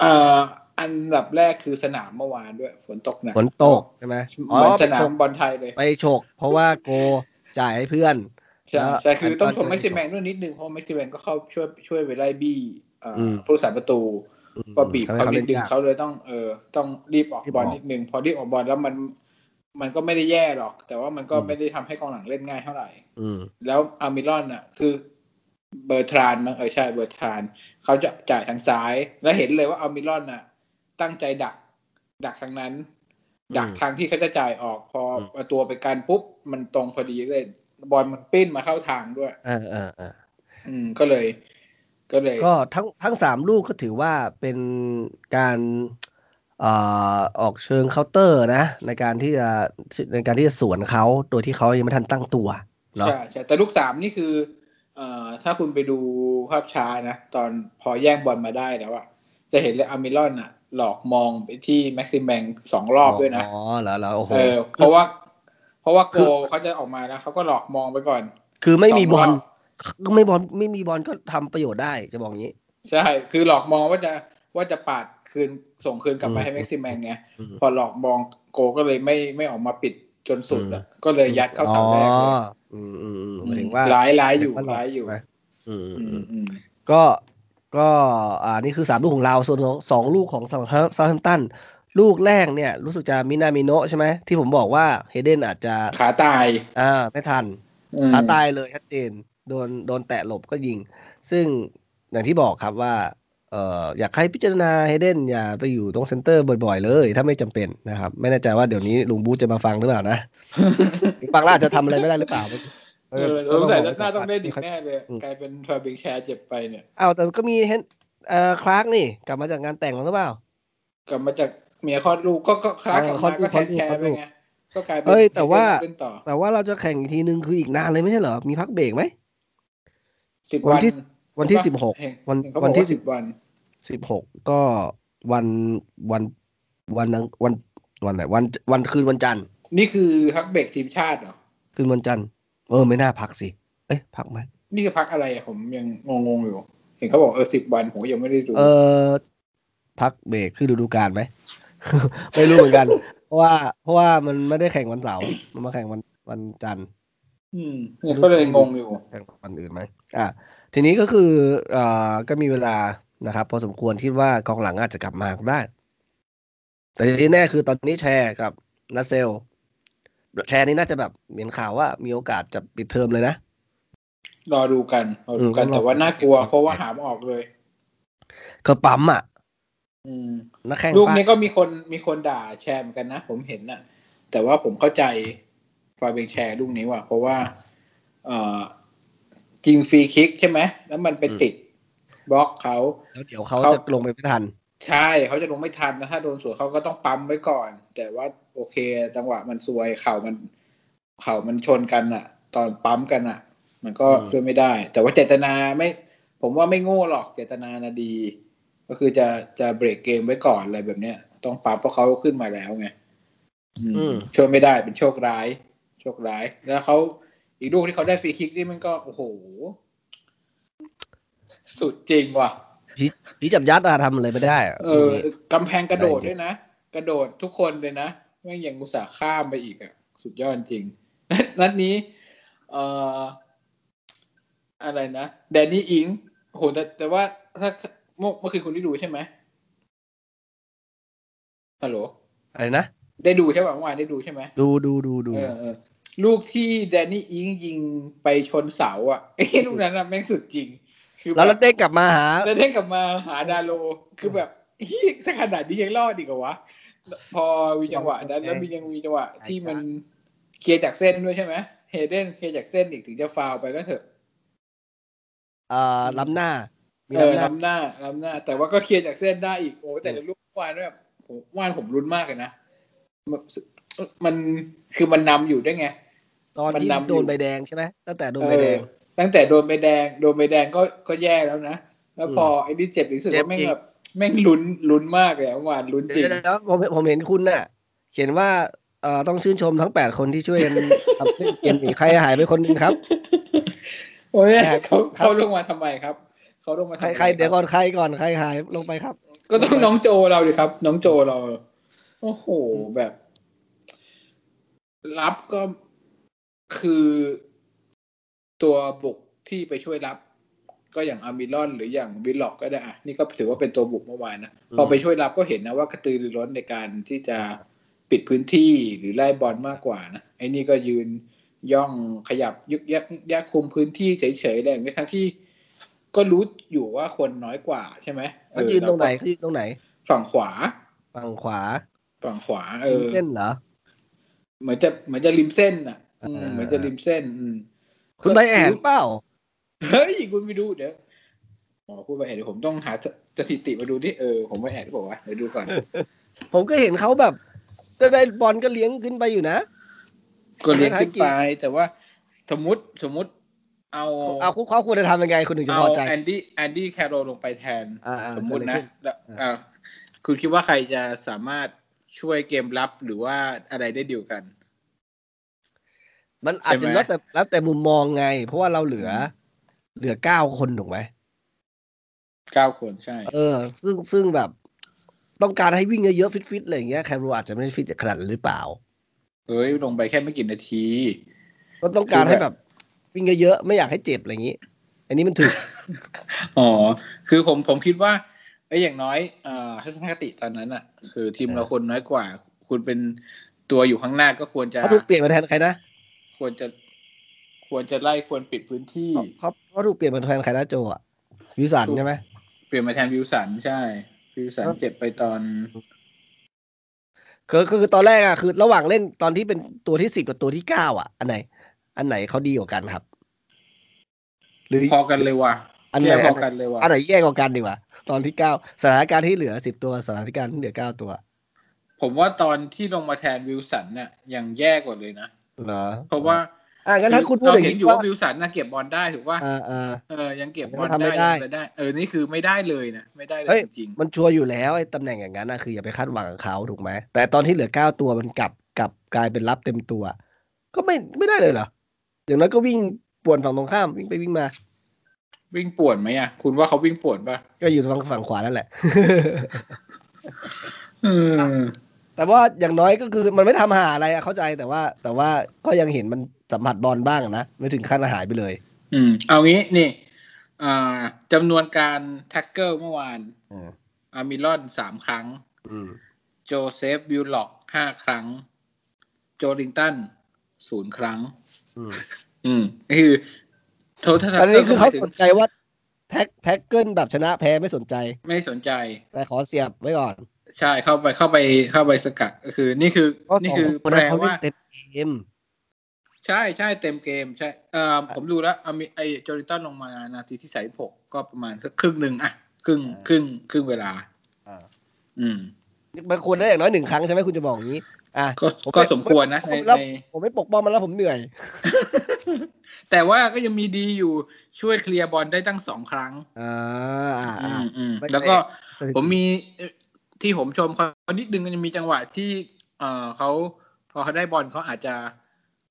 Speaker 2: เอ่อ อันดับแรกคือสนามเมื่อวานด้วย ฝนตกหนัก
Speaker 1: ฝนตกใช่ไหมอ๋อ
Speaker 2: เหมือ
Speaker 1: ไป
Speaker 2: นสนา
Speaker 1: ฉ
Speaker 2: ม
Speaker 1: ก
Speaker 2: บอลไทยเลย
Speaker 1: ไปฉก เพราะว่าโกจ่ายให้เพื่อน
Speaker 2: ใช่ใช่คือต้องชม
Speaker 1: ไป
Speaker 2: แม็กซิแมนด้วยนิดนึงเพราะแม็กซิแมนก็เข้าช่วยช่วยไปไล่บี้เอ่ออ
Speaker 1: ม
Speaker 2: ผู้สาประตู
Speaker 1: อืม
Speaker 2: พอบีบ
Speaker 1: ทำให้เขา
Speaker 2: เขาดึ
Speaker 1: เล่
Speaker 2: ง
Speaker 1: น
Speaker 2: ดึง
Speaker 1: ยาก
Speaker 2: เขาเลยต้องเออต้องรีบออก
Speaker 1: รีบบ อ
Speaker 2: อ
Speaker 1: อก
Speaker 2: ลนิดนึงพอรีบออกบอลแล้วมัน มันก็ไม่ได้แย่หรอก แต่ว่ามันก็
Speaker 1: อืม
Speaker 2: ไม่ได้ทำให้กองหลังเล่นง่ายเท่าไหร่
Speaker 1: อืม
Speaker 2: แล้วอาร์มิรอนอ่ะ คือเบอร์ทรานมั้งเออใช่เบอร์ทรานเขาจะจ่ายทางซ้าย แล้วเห็นเลยว่าอาร์มิรอนอ่ะ ตั้งใจดัก ดักทางนั้น
Speaker 1: ม
Speaker 2: ดักทางที่เขาจะจ่ายออกพอ
Speaker 1: ม
Speaker 2: เอาตัวไปกันปุ๊บมันตรงพอดีเลยบอลมันปิ้นมาเข้าทางด้วย
Speaker 1: อ่าอ่าอ่า
Speaker 2: อืมก็เลย ก็เลย
Speaker 1: ก็ทั้งทั้งสามลูกก็ถือว่าเป็นการเอ่อออกเชิงเคาน์เตอร์นะ ในการที่จะในการที่จะสวนเขาโดยที่เขายังไม่ทันตั้งตัวเนาะ
Speaker 2: ใช่ใช่แต่ลูกสามนี่คือเอ่อถ้าคุณไปดูภาพช้านะตอนพอแย่งบอลมาได้แล้วอะจะเห็นเลยอามิลอนอะหลอกมองไปที่แม็กซิมแบงสองรอบด้วยนะ
Speaker 1: อ๋อเหรอเหรอโอ้โห
Speaker 2: เออเพราะว่า เพราะว่า
Speaker 1: คื
Speaker 2: โก
Speaker 1: อ
Speaker 2: เขาจะออกมานะเขาก็หลอกมองไปก่อน
Speaker 1: คือไม่มีบอล
Speaker 2: สงร
Speaker 1: ก็ไม่บอลไม่มีบอลก็ทำประโยชน์ได้จะบอกงี้
Speaker 2: ใช่ คือหลอกมองว่าจะว่าจะปาดคืนส่งคืนกลับไปให้
Speaker 1: อืม
Speaker 2: แม็กซิมแบงไง
Speaker 1: อืม
Speaker 2: พอหลอกมองโกก็เลยไม่ไม่ออกมาปิดจนสุดอะก็เลยยัดเข้าเสาแรกเลย
Speaker 1: อ๋ออืมอืมอืมหมายถึงว่า
Speaker 2: ร้ายร้ายอยู่ร้ายอยู่
Speaker 1: ใช่ไหมอืมอืม
Speaker 2: อื
Speaker 1: อืม
Speaker 2: มอืม
Speaker 1: ก็ก็อ่านี่คือสามลูกของเราส่วนของสองลูกของซาวแฮมตันลูกแรกเนี่ย รู้สึกจะมินามิโนะใช่ไหมที่ผมบอกว่าเฮเดนอาจจะ
Speaker 2: ขาตาย
Speaker 1: อ่าไม่ทัน
Speaker 2: อืม
Speaker 1: ขาตายเลยชัดเจนโดนโดนแตะหลบก็ยิง ซึ่งอย่างที่บอกครับว่าเอ่ออยากให้พิจารณาเฮเดนอย่าไปอยู่ตรงเซนเตอร์บ่อยๆเลย ถ้าไม่จำเป็นนะครับ ไม่แน่ใจว่าเดี๋ยวนี้ลุงบูธจะมาฟังหรือเปล่า
Speaker 2: (laughs)
Speaker 1: นะ ฟังแล้วอาจจะทำอะไรไม่ได้หรือเปล่า
Speaker 2: เออสงสัยนัดหน้า
Speaker 1: บก
Speaker 2: ต้องได้ดิบ
Speaker 1: ม่ค่ย
Speaker 2: แน่เลย
Speaker 1: อืม
Speaker 2: กลายเป็นฟาบิกแชร์เจ็บไปเนี่ย
Speaker 1: อ้าวแต่ก็มีเห็นเอ่อคลาร์กนี่ กลับมาจากงานแต่งแล้วหรือเปล่า
Speaker 2: กลับมาจากเมียคลอดลูกก็ก็คล้ายกลับ
Speaker 1: คลอ
Speaker 2: มา
Speaker 1: ดลู
Speaker 2: ก็
Speaker 1: ก
Speaker 2: แทนแชร์ไปไง ก็กลายเป็น
Speaker 1: เอ้ยแต่ว่า
Speaker 2: เป็นต่อ
Speaker 1: แต่ว่าเราจะแข่งอีกทีนึงคืออีกนานเลยไม่ใช่เหรอ มีพักเบรกไหม
Speaker 2: สิบ
Speaker 1: วั
Speaker 2: วัน น
Speaker 1: ที่วันที่
Speaker 2: ใช่
Speaker 1: สิบ
Speaker 2: ปะ
Speaker 1: หก
Speaker 2: เห็
Speaker 1: วัน
Speaker 2: เห็เขาบ
Speaker 1: วั
Speaker 2: อนก
Speaker 1: ที่
Speaker 2: ว่าสิบวัน
Speaker 1: สิบหกก็วันวันวันนังวันวันไหนวันวันคืนวันจันทร์
Speaker 2: นี่คือพักเบรกทีมชาติเหรอ
Speaker 1: คืนวันจันทร์เออไม่น่าพักสิ เอ๊ะพักไหม
Speaker 2: นี่คือพักอะไรอะผมยังงงๆอยู่ เห็นเขาบอกเออสิบวันผมยังไม่ได้ดู
Speaker 1: เออพักเบรกคือฤดูกาลไหม (laughs) ไม่รู้เหมือนกัน เพราะว่าเพราะว่ามันไม่ได้แข่งวันเสาร์มันมาแข่งวันวันจันทร์
Speaker 2: มเนี่ยก็เลยงงอยู่
Speaker 1: แข่งวันอื่นไหมอ่ะทีนี้ก็คือเอ่อก็มีเวลานะครับ พอสมควรคิดว่ากองหลังอาจจะกลับมาก็ได้ แต่ที่แน่คือตอนนี้แชร์กับนาเซล แชร์นี่น่าจะแบบเหมือนข่าวว่ามีโอกาสจะปิดเทอมเลยนะ
Speaker 2: รอดูกันรอดูกัน
Speaker 1: อืม
Speaker 2: แต่ว่าน่ากลัว เพราะว่าหามออกเลย
Speaker 1: ก็ปั๊มอ่ะ
Speaker 2: อืม
Speaker 1: นักแข่ง
Speaker 2: ลูก
Speaker 1: ฟา
Speaker 2: นี้ก็มีคนมีคนด่าแชร์เหมือนกันนะ ผมเห็นน่ะ แต่ว่าผมเข้าใจฟาเบงแชร์ลูกนี้ว่ะเพราะว่า เอ่อจริงฟรีคิกใช่ไหมแล้วมันไปติดบล็อกเขา
Speaker 1: แล้วเดี๋ยวเขา
Speaker 2: เขา
Speaker 1: จะลงไปไม่ทัน
Speaker 2: ใช่เขาจะลงไม่ทันนะถ้าโดนสวนเขาก็ต้องปั๊มไว้ก่อน แต่ว่าโอเค จังหวะมันซวยเข่ามันเข่ามันชนกันอะตอนปั๊มกันอะมันก็
Speaker 1: อืม
Speaker 2: ช่วยไม่ได้ แต่ว่าเจตนาไม่ ผมว่าไม่โง่หรอกเจตนานะดี ก็คือจะจะเบรกเกมไว้ก่อนอะไรแบบเนี้ย ต้องปั๊มเพราะเขาขึ้นมาแล้วไงอืม
Speaker 1: อืม
Speaker 2: ช่วยไม่ได้เป็นโชคร้าย โชคร้าย แล้วเขาอีกลูกที่เขาได้ฟรีคิกนี่มันก็โอ้โห สุดจริงว่ะ
Speaker 1: พี่พี่จับยัดอะทำอะไรไม่ได้อะ
Speaker 2: เออกำแพงกระโดดด้วยนะ กระโดดทุกคนเลยนะไม่งอย่างอุตสาห์ข้ามไปอีกอะสุดยอดจริง (laughs) นัดนี้เอ่ออะไรนะแดนนี่อิงโหแต่แต่ว่าถ้าเมื่อเมื่อคืนคุณได้ดูใช่ไหมฮัลโหล
Speaker 1: อะไรนะ
Speaker 2: ได้ดูใช่ป่ะเมื่อวานได้ดูใช่ไหม
Speaker 1: ดูดูดูดู
Speaker 2: เออเออลูกที่แดนนี่อิงยิงไปชนเสาอ่ะ (laughs) เอ้ยลูกนั้นอะแม่งสุดจริงคือบบ
Speaker 1: แล้วเราเด้งกลับมาหา
Speaker 2: แล้วเด้งกลับมาหาดาโลคือแบบ (laughs) เฮียถ้าขนาดนี้ยังรอดอีกเหรอวะ พอมีจังหวะนั้นแล้วมียังมีจังหวะที่มันเคลียร์จากเส้นด้วยใช่ไหมเฮเดนเคลียร์จากเส้นอีกถึงจะฟาวล์ไปก็เถอะ
Speaker 1: เอ่อล้ำหน้า มี
Speaker 2: เออ
Speaker 1: ล้ำหน้า
Speaker 2: ล้ำหน้าล้ำหน้า แต่ว่าก็เคลียร์จากเส้นได้อีกโอ้แต่ละลูกวานแบบผมวานผมรุนมากเลยนะมันคือมันนำอยู่ด้วยไง
Speaker 1: ตอนที่
Speaker 2: มันนำอยู่
Speaker 1: โดนใบแดงใช่ไหมตั้งแต่โดน
Speaker 2: เอ
Speaker 1: ใบแด
Speaker 2: อง ตั้งแต่โดนใบแดง โดนใบแดงก็ก็แย่แล้วนะ แล้วพอไอ้นี่เจ็บรู้สึกว่าแม่งแบบแม่งลุ้นลุ้นมากเลยอะเมื่อวานลุ้นจ
Speaker 1: เดี๋
Speaker 2: ริ
Speaker 1: ย
Speaker 2: ง
Speaker 1: วๆแล้วผมผมเห็นคุณน่ะ เขียนว่าเอ่อต้องชื่นชมทั้งแปดคนที่ช่วยกัน (laughs) ทำเล่นเกมหนีใครหายไปคนหนึงครับ
Speaker 2: (laughs) โอ้ย
Speaker 1: ครับ
Speaker 2: เขา
Speaker 1: ครับ
Speaker 2: เขาลงมาทำไมครับ เขาลงมาทำ
Speaker 1: ใครใครเดี๋ยวก่อนใครก่อนใครหายลงไปครับ
Speaker 2: ก็ต้องน้องโจเราดิครับ น้องโจเรา โอ้โหแบบ รับก็คือตัวบุกที่ไปช่วยรับ ก็อย่างอาร์มิลอนหรืออย่างวิลล็อกก็ได้อะนี่ก็ถือว่าเป็นตัวบุกเมื่อวานนะพอไปช่วยรับก็เห็นนะว่ากระตือรือร้นในการที่จะปิดพื้นที่หรือไล่บอลมากกว่านะไอ้นี่ก็ยืนย่องขยับยึกยักยึกยักคุมพื้นที่เฉยๆอะไรอย่างเงี้ยทั้งที่ก็รู้อยู่ว่าคนน้อยกว่าใช่ไหมเอ
Speaker 1: เขา
Speaker 2: อ
Speaker 1: ยืนตรงไหน
Speaker 2: แล้ว
Speaker 1: เขายืนตรงไหน
Speaker 2: ก็ฝั่งขวา
Speaker 1: ฝั่งขวา
Speaker 2: ฝั่งขวา เออ
Speaker 1: เส้นเหรอ
Speaker 2: เหมือนจะเหมือนจะริมเส้นอ่ะอืม
Speaker 1: อ่า
Speaker 2: เหมือนจะริมเส้น อืม
Speaker 1: คุณใบแอนเปล่า
Speaker 2: เฮ้ยคุณไปดูเดี๋ยวอ๋อคุณไปแอนเดี๋ยวผมต้องหาสถิติมาดูที่เออผมไปแอนบอกว่าวะเดี๋ยวดูก่อน
Speaker 1: ผมก็เห็นเขาแบบได้ได้บอลก็เลี้ยงขึ้นไปอยู่นะ
Speaker 2: ก็เลี้ยงขึ้นไป แต่ว่า สมมติสมมติเอา
Speaker 1: เอาคุกเขาควรจะทำยังไงคนถึงจะ
Speaker 2: เอา
Speaker 1: พอใจ
Speaker 2: แอนดี้แอนดี้แคโรลลงไปแทน
Speaker 1: อ่าๆ
Speaker 2: สมมุติ
Speaker 1: เกิดอะไร
Speaker 2: นะ
Speaker 1: ขึ้
Speaker 2: แล้ว
Speaker 1: อ่า
Speaker 2: อ่าคุณคิดว่าใครจะสามารถช่วยเกมรับหรือว่าอะไรได้ดีกว่ากัน
Speaker 1: มันอาจจะ
Speaker 2: ใช่ไหม
Speaker 1: แล้วแต่แล้วแต่มุมมองไง เพราะว่าเราเหลือ
Speaker 2: อื
Speaker 1: เหลือเก้าคนถูกไหม
Speaker 2: เก้าคนใช่
Speaker 1: เออ ซึ่งซึ่งแบบต้องการให้วิ่งเยอะๆฟิตๆอะไรอย่างเงี้ยแคมรูอาจจะไม่ได้ฟิตขนาดนั้นหรือเปล่า
Speaker 2: เอ้ย ลงไปแค่ไม่กี่นาที
Speaker 1: ก็ต้องการให้แบบวิ่งเยอะๆไม่อยากให้เจ็บอะไรอย่างงี้ อันนี้มันถึก
Speaker 2: อ๋อ คือผมผมคิดว่าไอ้ยอย่างน้อยเอ่อทัศนคติตอนนั้นอ่ะ คือทีม
Speaker 1: เออ
Speaker 2: เราคนน้อยกว่า คุณเป็นตัวอยู่ข้างหน้าก็ควรจะ
Speaker 1: เขาถูกเปลี่ยนมาแทนใครนะ
Speaker 2: ควรจะ ควรจะไล่ควรปิดพื้นที่
Speaker 1: เขาเขาถูกเปลี่ยนมาแทนใครนะโจอะวิสันใช่ไหม
Speaker 2: เปลี่ยนมาแทนวิวสันใช่วิวสันเจ็บไปตอน
Speaker 1: คือคือคือตอนแรกอะคือ ระหว่างเล่นตอนที่เป็นตัวที่สิบกับตัวที่เก้าอะอันไหน อันไหนเขาดีกว่ากันครับ หรือ
Speaker 2: พอกันเลยว่ะ
Speaker 1: อันไหน
Speaker 2: แย่พอกันเลยว่ะ
Speaker 1: อันไหนแย่กว่ากันดีกว่าตอนที่เก้าสถานการณ์ที่เหลือสิบตัวสถานการณ์ที่เหลือเก้าตัว
Speaker 2: ผมว่าตอนที่ลงมาแทนวิลสันเนี่ยยังแย่กว่าเลยนะ
Speaker 1: เหรอ
Speaker 2: เพราะว่า
Speaker 1: อ่ะงั้นถ้าคุณพูด
Speaker 2: เรา
Speaker 1: อย่าง
Speaker 2: เห็น
Speaker 1: นี้
Speaker 2: อยู่
Speaker 1: ว่า
Speaker 2: ว่าวิลสันน่ะเก็บบอลได้ถือว่า
Speaker 1: อ่าอ่า
Speaker 2: เออยังเก็บบอล
Speaker 1: ทำไม่
Speaker 2: ได้
Speaker 1: ได้
Speaker 2: ยังอะไรได้ เออนี่คือไม่ได้เลยนะไม่ได้เล
Speaker 1: เฮ้
Speaker 2: ย
Speaker 1: ย
Speaker 2: จริง
Speaker 1: มันชัวร์อยู่แล้วไอ้ตำแหน่งอย่างนั้นนะคืออย่าไปคาดหวังกับเขาถูกไหมแต่ตอนที่เหลือเก้าตัวมันกลับกลับกลายเป็นรับเต็มตัว ก็ไม่ไม่ได้เลยเหรออย่างน้อยก็วิ่งป่วนฝั่งตรงข้ามวิ่งไปวิ่งมา
Speaker 2: ๆวิ่งป่วนไหมอ่ะ คุณว่าเขาวิ่งป่วนป่ะ
Speaker 1: ก็อยู่ฝั่งฝั่งขวานั่นแหละ (laughs)
Speaker 2: อืม
Speaker 1: แต่ว่าอย่างน้อยก็คือมันไม่ทำหาอะไรอะเข้าใจแต่ว่า แต่ว่าก็ยังเห็นมันสัมผัสบอลบ้างอะนะไม่ถึงขั้นหายไปเลย
Speaker 2: อืมเอางี้นี่อ่าจำนวนการแท็กเกิลเมื่อวาน
Speaker 1: อืม
Speaker 2: อามิลอนสามครั้ง
Speaker 1: อืม
Speaker 2: โจเซฟวิลล็อกห้าครั้ง โจลิงตันศูนย์ครั้ง
Speaker 1: อืม
Speaker 2: อืมนี่คือโทษ
Speaker 1: อันนี้คือเขาสนใจว่าแท็กแท็กเกิลแบบชนะแพ้ไม่สนใจ
Speaker 2: ไม่สนใจ
Speaker 1: แต่ขอเสียบไว้ก่อน
Speaker 2: ใช่เข้าไปเข้าไปเข้าไปสกัดก็คือ นี่คือ
Speaker 1: เพราะ
Speaker 2: นี่
Speaker 1: สอง
Speaker 2: คือ
Speaker 1: คน
Speaker 2: แปล
Speaker 1: นั้นเขาเล่
Speaker 2: ว่า
Speaker 1: นเต็มเกม
Speaker 2: ใช่ใช่เต็มเกมใช่เอ่อผมดูแล้วเอามีไอจอริตันลงมานาทีที่สายหกก็ประมาณสักครึ่งหนึ่งอะครึ่ง
Speaker 1: อ่า
Speaker 2: ครึ่งครึ่งเวลา อืม
Speaker 1: มันควรได้อย่างน้อยหนึ่งครั้งใช่ไหมคุณจะบอกอย่างนี้ อ่ะ
Speaker 2: ก็
Speaker 1: ผม
Speaker 2: ก็สมควรนะ
Speaker 1: ผม
Speaker 2: ใน
Speaker 1: รับ
Speaker 2: ใน
Speaker 1: ผมไม่ปกป้องมันแล้วผมเหนื่อย
Speaker 2: แต่ว่าก็ยังมีดีอยู่ช่วยเคลียร์บอลได้ตั้งสองครั้ง
Speaker 1: อ่าอ่า
Speaker 2: อื
Speaker 1: อ่าม
Speaker 2: อืม
Speaker 1: ไม่
Speaker 2: แล้วก็
Speaker 1: สถิติ
Speaker 2: ผมมีเอ่อที่ผมชมเขานิดนึงก็จะมีจังหวะที่ เอ่อเขาพอเขาได้บอลเขาอาจจะ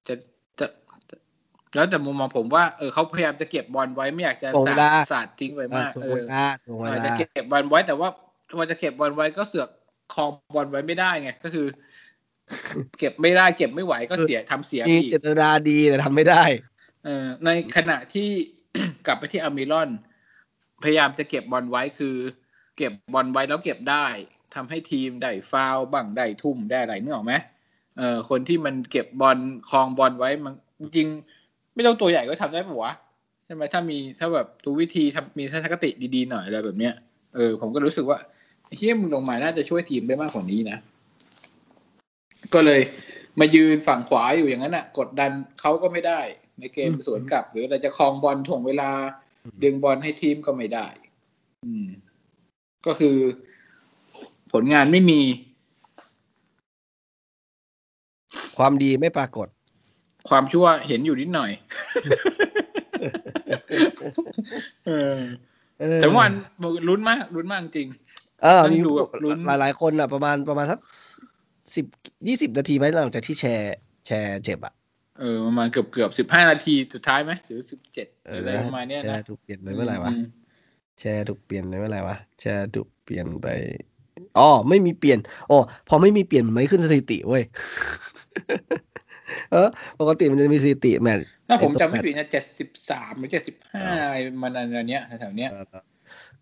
Speaker 2: จะจะจะ แล้วแต่มุมมองผมว่าเออเขาพยายามจะเก็บบอลไว้ไม่อยากจะ
Speaker 1: โกง
Speaker 2: สา
Speaker 1: เว
Speaker 2: ด
Speaker 1: ลา
Speaker 2: สาดทิ้งไปมาก
Speaker 1: เอ
Speaker 2: เอ
Speaker 1: อ
Speaker 2: อ
Speaker 1: โกงเว
Speaker 2: อาจ
Speaker 1: ลา
Speaker 2: จะ
Speaker 1: โกงเวลา
Speaker 2: เก็บบอลไว้แต่ว่าพอจะเก็บบอลไว้ก็เสือกคลองบอลไว้ไม่ได้ไงก็คือ เก็บไม่ได้เก็บไม่ไหวก็
Speaker 1: คือ
Speaker 2: เสียทำเสีย
Speaker 1: มี
Speaker 2: อีก
Speaker 1: เจตนาดีแต่ทำไม่ได้
Speaker 2: เออในขณะที่ กลับไปที่อามิรอน พยายามจะเก็บบอลไว้คือ เก็บบอลไว้แล้วเก็บได้ทำให้ทีมได้ฟาวล์บ้างได้ทุ่มได้อะไรนึกออกไหมเออคนที่มันเก็บบอลคลองบอลไว้มันจริงๆไม่ต้องตัวใหญ่ก็ทำได้ปะวะใช่ไหมถ้ามีถ้าแบบรู้วิธีทำมีทัศนคติดีๆหน่อยอะไรแบบเนี้ย เออผมก็รู้สึกว่าเฮียมึงลงมาน่าจะช่วยทีมได้มากกว่านี้นะ ก็เลยมายืนฝั่งขวาอยู่อย่างนั้นอ่ะ กดดันเขาก็ไม่ได้ ในเกม
Speaker 1: อืม
Speaker 2: สวนกลับ หรือเราจะคลองบอลถ่วงเวลา ดึงบอลให้ทีมก็ไม่ได้ อืม ก็คือ ผลงานไม่มี
Speaker 1: ความดีไม่ปรากฏ
Speaker 2: ความชั่วเห็นอยู่นิดหน่อย เออ
Speaker 1: เออ
Speaker 2: แต่เมื่อวันผมลุ้นมากลุ้นมากจริง
Speaker 1: เออมี
Speaker 2: นั่งดูแบบลุ้น
Speaker 1: หลายหลายๆคนอ่ะ ประมาณประมาณสักสิบยี่สิบนาทีไหมหลังจากที่แชร์แชร์เจ็บอ่ะ
Speaker 2: เออประมาณเกือบเกือบสิบห้านาทีสุดท้ายไหมหรือสิบเจ็ด
Speaker 1: เออ
Speaker 2: หรืออะไรประมาณเนี้ย
Speaker 1: แช
Speaker 2: นะ
Speaker 1: ถูกเปลี่ยนเลยเมื่อไหร่วะ
Speaker 2: ม
Speaker 1: แชร์ถูกเปลี่ยนไปเมื่อไหร่วะแชร์ถูกเปลี่ยนไปอ๋อไม่มีเปลี่ยนอ๋อพอไม่มีเปลี่ยนมันไม่ขึ้นสถิติเว้ย (laughs) เออปกติมันจะมีสถิติแมตช์
Speaker 2: ถ้าผม
Speaker 1: ไอ้ตัว
Speaker 2: จำไม่ผิดนะเจ็ดสิบสามหรือเจ็ดสิบห้ามันอันเนี้ยแถวๆเนี้ย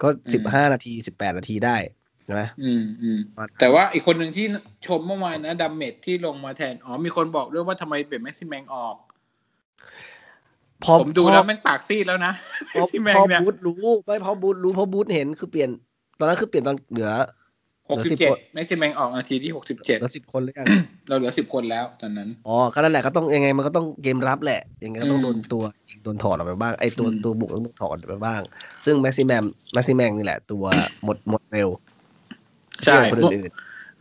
Speaker 1: ก็สิบห้านาทีสิบแปดนาทีได้ใช่ไหม
Speaker 2: อืมอืม
Speaker 1: ครับ
Speaker 2: แต่ว่าอีกคนหนึ่งที่ชมเมื่อวานนะดัมเมดที่ลงมาแทน อ๋อ มีคนบอกด้วยว่าทำไมเปลี่ยนแม็กซิแมงออก
Speaker 1: พอ
Speaker 2: ผมดู
Speaker 1: พอ
Speaker 2: แล้วแม่งปากซีดแล้วนะ
Speaker 1: พ
Speaker 2: แม็
Speaker 1: อก
Speaker 2: ซิแม
Speaker 1: พ
Speaker 2: ง
Speaker 1: อ
Speaker 2: เนี่ย
Speaker 1: บูธรู้ไม่พอบูธรู้เพอบูธเห็นคือเปลี่ยน ตอนนั้นคือเปลี่ยนตอนเหลือ
Speaker 2: หก
Speaker 1: เหลือสิ
Speaker 2: สิบบ เจ็ด
Speaker 1: คน
Speaker 2: แม็กซิแมงออกนาทีที่หกสิบเจ็ด
Speaker 1: เหลือสิบคนหรือยัง
Speaker 2: เราเหลือสิบคนแล้วตอนนั้น
Speaker 1: อ๋อ ก็นั่นแหละก็ต้องยังไงมันก็ต้องเกมรับแหละ ยังไงก็ต้อง
Speaker 2: อืม
Speaker 1: โดนตัวโดนถอดออกไปบ้าง ไอ้ตัว
Speaker 2: อืม
Speaker 1: ตัวบุกต้องโดนถอดออกไปบ้าง ซึ่งแม็กซิแมมแม็กซิแมงนี่แหละ ตัวหมดหมดเร็ว
Speaker 2: ใช่
Speaker 1: เที่ยวคน
Speaker 2: พวก
Speaker 1: อื่น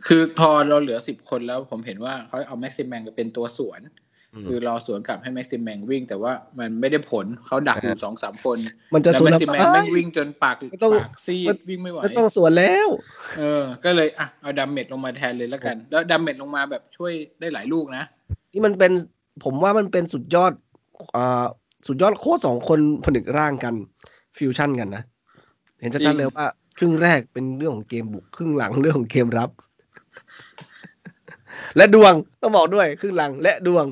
Speaker 2: คือพอเราเหลือสิบคนแล้วผมเห็นว่าเขาเอาแม็กซิแมงเป็นตัวสวน
Speaker 1: ๆอืม
Speaker 2: คือรอสวนกลับให้แม็กซิแมงวิ่ง แต่ว่ามันไม่ได้ผลเขาดักอยู่สองสามคน
Speaker 1: มันจะ
Speaker 2: แล้ว
Speaker 1: สวนแล้ว
Speaker 2: แม็กซิแม
Speaker 1: เอ้
Speaker 2: ง
Speaker 1: ย
Speaker 2: แม่งวิ่งจนปาก
Speaker 1: ไม่ต้อง
Speaker 2: ปากซี
Speaker 1: ไม่
Speaker 2: ดวิ่งไม่ไหว
Speaker 1: ไม่ต้องสวนแล้ว
Speaker 2: เออ ก็เลยอ่ะเอาดาเมจลงมาแทนเลยแล้วกัน แล้วดาเมจลงมาแบบช่วยได้หลายลูกนะ
Speaker 1: นี่มันเป็นผมว่ามันเป็นสุดยอดอ่าสุดยอดโค้ชสองคนผนึกร่างกันฟิวชั่นกันนะ เห็น
Speaker 2: จริ
Speaker 1: ชัดๆ
Speaker 2: ง
Speaker 1: เลยว่า ครึ่งแรกเป็นเรื่องของเกมบุก ครึ่งหลังเรื่องของเกมรับ (laughs) และดวงต้องบอกด้วย ครึ่งหลังและดวง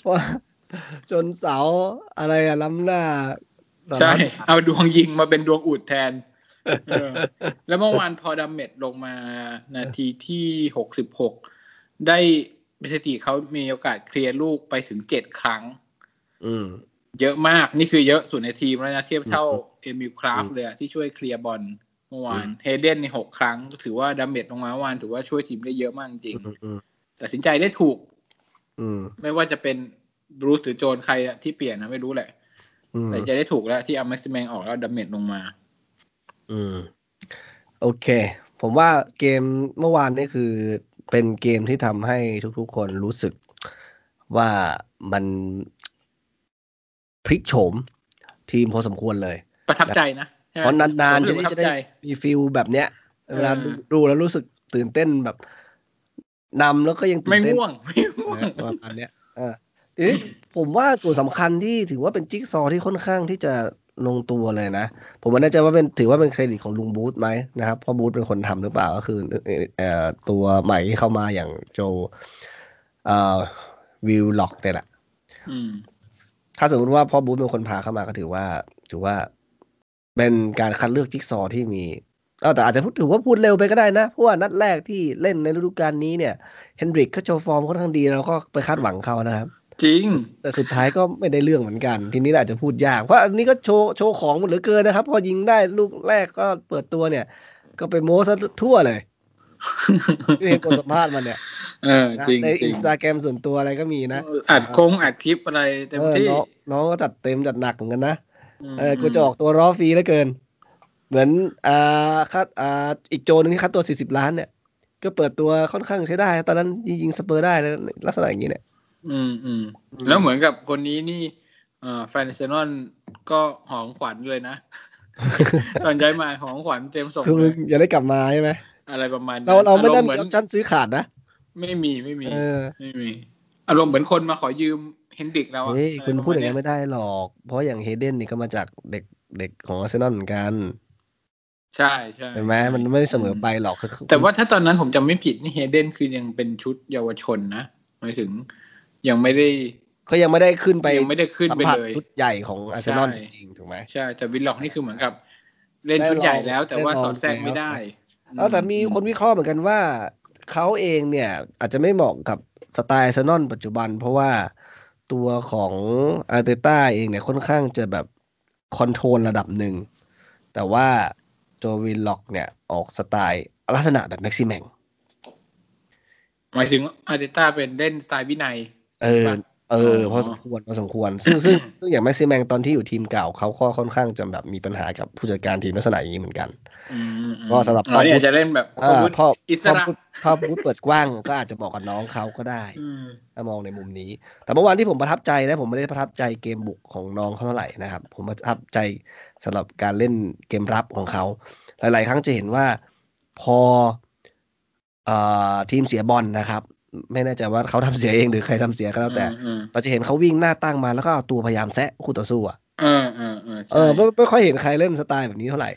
Speaker 1: เพราะว่าจนเสาอะไรอะล้ำหน้าสาร
Speaker 2: ใช่
Speaker 1: พัด
Speaker 2: เอาดวงยิงมาเป็นดวงอุดแทนเออแล้วเมื่อวานพอดาเมจลงมานาทีที่หกสิบหกได้สถิติเขามีโอกาสเคลียร์ลูกไปถึงเจ็ดครั้ง
Speaker 1: อืม
Speaker 2: เยอะมากนี่คือเยอะสุดในทีมแล้วนะเทียบเท่า
Speaker 1: อื
Speaker 2: เอมิลคราฟ
Speaker 1: อืม
Speaker 2: เลยอะที่ช่วยเคลียร์บอลเมื่อวาน
Speaker 1: อืม
Speaker 2: เฮเดนในหกครั้ง ถือว่าดาเมจลงมาเมื่อวานถือว่าช่วยทีมได้เยอะมากจริง
Speaker 1: อืมอืม
Speaker 2: ตัดสินใจได้ถูก
Speaker 1: อืม
Speaker 2: ไม่ว่าจะเป็นบรูซหรือโจนใครอะที่เปลี่ยนนะไม่รู้แหละ
Speaker 1: อืม
Speaker 2: แต่จะได้ถูกแล้วที่เอาแม็กซิแมงออกแล้วดัมเมจลงมา
Speaker 1: อืม โอเค ผมว่าเกมเมื่อวานนี่คือเป็นเกมที่ทำให้ทุกๆคนรู้สึกว่ามันพลิกโฉมทีมพอสมควรเลย
Speaker 2: ประทับใจนะใช่ไหม
Speaker 1: เพราะนานๆจะได้
Speaker 2: ผมรู้สึกประทั
Speaker 1: จะ
Speaker 2: บ
Speaker 1: ได้
Speaker 2: ใจ
Speaker 1: มีฟิลแบบเนี้ย
Speaker 2: เออ
Speaker 1: เวลาดูดูแล้วรู้สึกตื่นเต้นแบบนำแล้วก็ยังตื่
Speaker 2: ไม่
Speaker 1: นเต้น
Speaker 2: ง่วงไม่ง่วง
Speaker 1: นะ (laughs) ประมาณเนี้ยเออทีนี้ผมว่าส่วนสำคัญที่ถือว่าเป็นจิ๊กซอว์ที่ค่อนข้างที่จะลงตัวเลยนะ ผมไม่แน่ใจว่าเป็นถือว่าเป็นเครดิตของลุงบูธไหมนะครับเพราะบูธเป็นคนทำหรือเปล่าก็คือเอ่อเอ่อตัวใหม่ที่เข้ามาอย่างโจเอ่อวิลล็อกเนี่ยแหละ
Speaker 2: อืม
Speaker 1: ถ้าสมมติว่าพ่อบูธเป็นคนพาเข้ามาก็ถือว่า ถือว่าเป็นการคัดเลือกจิ๊กซอว์ที่มีเอ้าแต่อาจจะพูดถือว่าพูดเร็วไปก็ได้นะ เพราะว่านัดแรกที่เล่นในฤดูกาลนี้เนี่ยเฮนดริกก็โชว์ฟอร์มค่อนข้างดีเราก็ไปคาดหวังเขานะครับ
Speaker 2: จริง
Speaker 1: แต่สุดท้ายก็ไม่ได้เรื่องเหมือนกัน ทีนี้อาจจะพูดยาก เพราะอันนี้ก็โชว์โชว์ของหมดเหลือเกินนะครับ พอยิงได้ลูกแรกก็เปิดตัวเนี่ย ก็ไปโม้ซะทั่วเลยที่เห็นคนสัมภาษณ์มันเนี่ย
Speaker 2: เออ
Speaker 1: นะ
Speaker 2: จริง
Speaker 1: ใน
Speaker 2: จ
Speaker 1: อิ
Speaker 2: ริง
Speaker 1: นสตาแกรมส่วนตัวอะไรก็มีนะ
Speaker 2: อัดคงอัดคลิปอะไรเต็ม
Speaker 1: เออ
Speaker 2: ที่
Speaker 1: น้องน้องก็จัดเต็มจัดหนักเหมือนกันนะ
Speaker 2: ม
Speaker 1: เออกูจะออกตัวร้อฟรีเหลือเกิน เหมือนอ่าคัดอ่าอีกโจนึงที่คัดตัว 40 ล้านเนี่ย ก็เปิดตัวค่อนข้างใช้ได้ ตอนนั้นยิงสเปอร์ได้นะลักษณะอย่างนี้เนี่ย
Speaker 2: อืมอืมแล้วเหมือนกับคนนี้นี่เอ่อแฟนเซนอนก็หอมขวัญเลย
Speaker 1: (laughs)
Speaker 2: นะ ตอนย้ายมาหอมขวัญเจมส์ส่ง
Speaker 1: คือ
Speaker 2: เล
Speaker 1: มึง
Speaker 2: ย
Speaker 1: อย่าได้กลับมาใช่ไหม
Speaker 2: อะไรประมาณนั้น
Speaker 1: เราเราไม่ได้
Speaker 2: อณ์เห
Speaker 1: มี
Speaker 2: มือน
Speaker 1: ออปชั่นซื้อขาดนะ
Speaker 2: ไม่มีไม่มี
Speaker 1: เออ
Speaker 2: ไม่มีอารมณ์เหมือนคนมาขอยืมเฮนดริกเรา
Speaker 1: เฮ้ย
Speaker 2: อะะไร
Speaker 1: คุณพูดอย่าง
Speaker 2: ประ
Speaker 1: นี้น
Speaker 2: มา
Speaker 1: ไม่
Speaker 2: ณเนี้ย
Speaker 1: ได้หรอก เพราะอย่างเฮเดนนี่ก็มาจากเด็กเด็กของอาร์เซนอลเหมือนกัน
Speaker 2: ใช่ใช่
Speaker 1: เห็นไหมมันไม่ได้เสมอไปหรอกคือ
Speaker 2: แต่ว่าถ้าตอนนั้นผมจำไม่ผิดนี่เฮเดนคือยังเป็นชุดเยาวชนนะหมายถึงยังไม่ได้
Speaker 1: ก็ยังไม่ได้ขึ้นไป
Speaker 2: ยังไม่ได้ขึ้น
Speaker 1: สัม
Speaker 2: ไป
Speaker 1: ผัส
Speaker 2: เลย
Speaker 1: ชุดใหญ่ของอาร์เซนอล
Speaker 2: ใช่
Speaker 1: จริงๆถูกไหม
Speaker 2: ใช่แต่วิลล็อกนี่คือเหมือนกับ เล่น
Speaker 1: ได้
Speaker 2: ชุดใหญ่
Speaker 1: ลอง
Speaker 2: แล้ว แต่ว่า
Speaker 1: ได้ลอง
Speaker 2: สอดแทรก
Speaker 1: แล้ว
Speaker 2: ไม่ได้
Speaker 1: เอ้าแต่มีคนวิเคราะห์เหมือนกันว่าเขาเองเนี่ย อาจจะไม่เหมาะกับสไตล์อาร์เซนอลปัจจุบัน เพราะว่าตัวของอาร์เตต้าเองเนี่ยค่อนข้างจะแบบคอนโทรลระดับหนึ่ง แต่ว่าโจวินล็อกเนี่ยออกสไตล์ลักษณะแบบแม็กซิแมง
Speaker 2: หมายถึงอาร์เตต้าเป็นเล่นสไตล์วินัย
Speaker 1: เออ
Speaker 2: ป่ะ
Speaker 1: เออพ
Speaker 2: อ๋อ
Speaker 1: อสมควรพอสมควร ซึ่งซึ่งซึ่งอย่างแม็กซิแมงตอนที่อยู่ทีมเก่าเขาก็ค่อนข้างจะแบบมีปัญหากับผู้จัดการทีมลักษณะอย่างนี้เหมือนกัน
Speaker 2: อืมอืม
Speaker 1: ก็สำหรับ
Speaker 2: อ๋อเนี่ยจะเล่นแบบ
Speaker 1: อ่าพอ
Speaker 2: อิส
Speaker 1: พอ
Speaker 2: ระ
Speaker 1: พูดพอพูดเปิดกว้างก็อาจจะบอกกับน้องเขาก็ได้
Speaker 2: อืม
Speaker 1: ถ้ามองในมุมนี้ แต่เมื่อวานที่ผมประทับใจนะผมไม่ได้ประทับใจเกมบุกของน้องเขาเท่าไหร่นะครับ ผมประทับใจสำหรับการเล่นเกมรับของเขา หลาย ๆ ครั้งจะเห็นว่าพอเอ่อทีมเสียบอลนะครับ ไม่แน่ใจว่าเขาทำเสียเองหรือใครทำเสียก็แล้วแต่
Speaker 2: อืมอืม
Speaker 1: เราจะเห็นเขาวิ่งหน้าตั้งมาแล้วก็เอาตัวพยายามแซะคู่ต่อสู้อ่ะ
Speaker 2: เออเออเออ
Speaker 1: เอ
Speaker 2: ใช่
Speaker 1: อไม่ไม่ค่อยเห็นใครเล่นสไตล์แบบนี้เท่าไหร่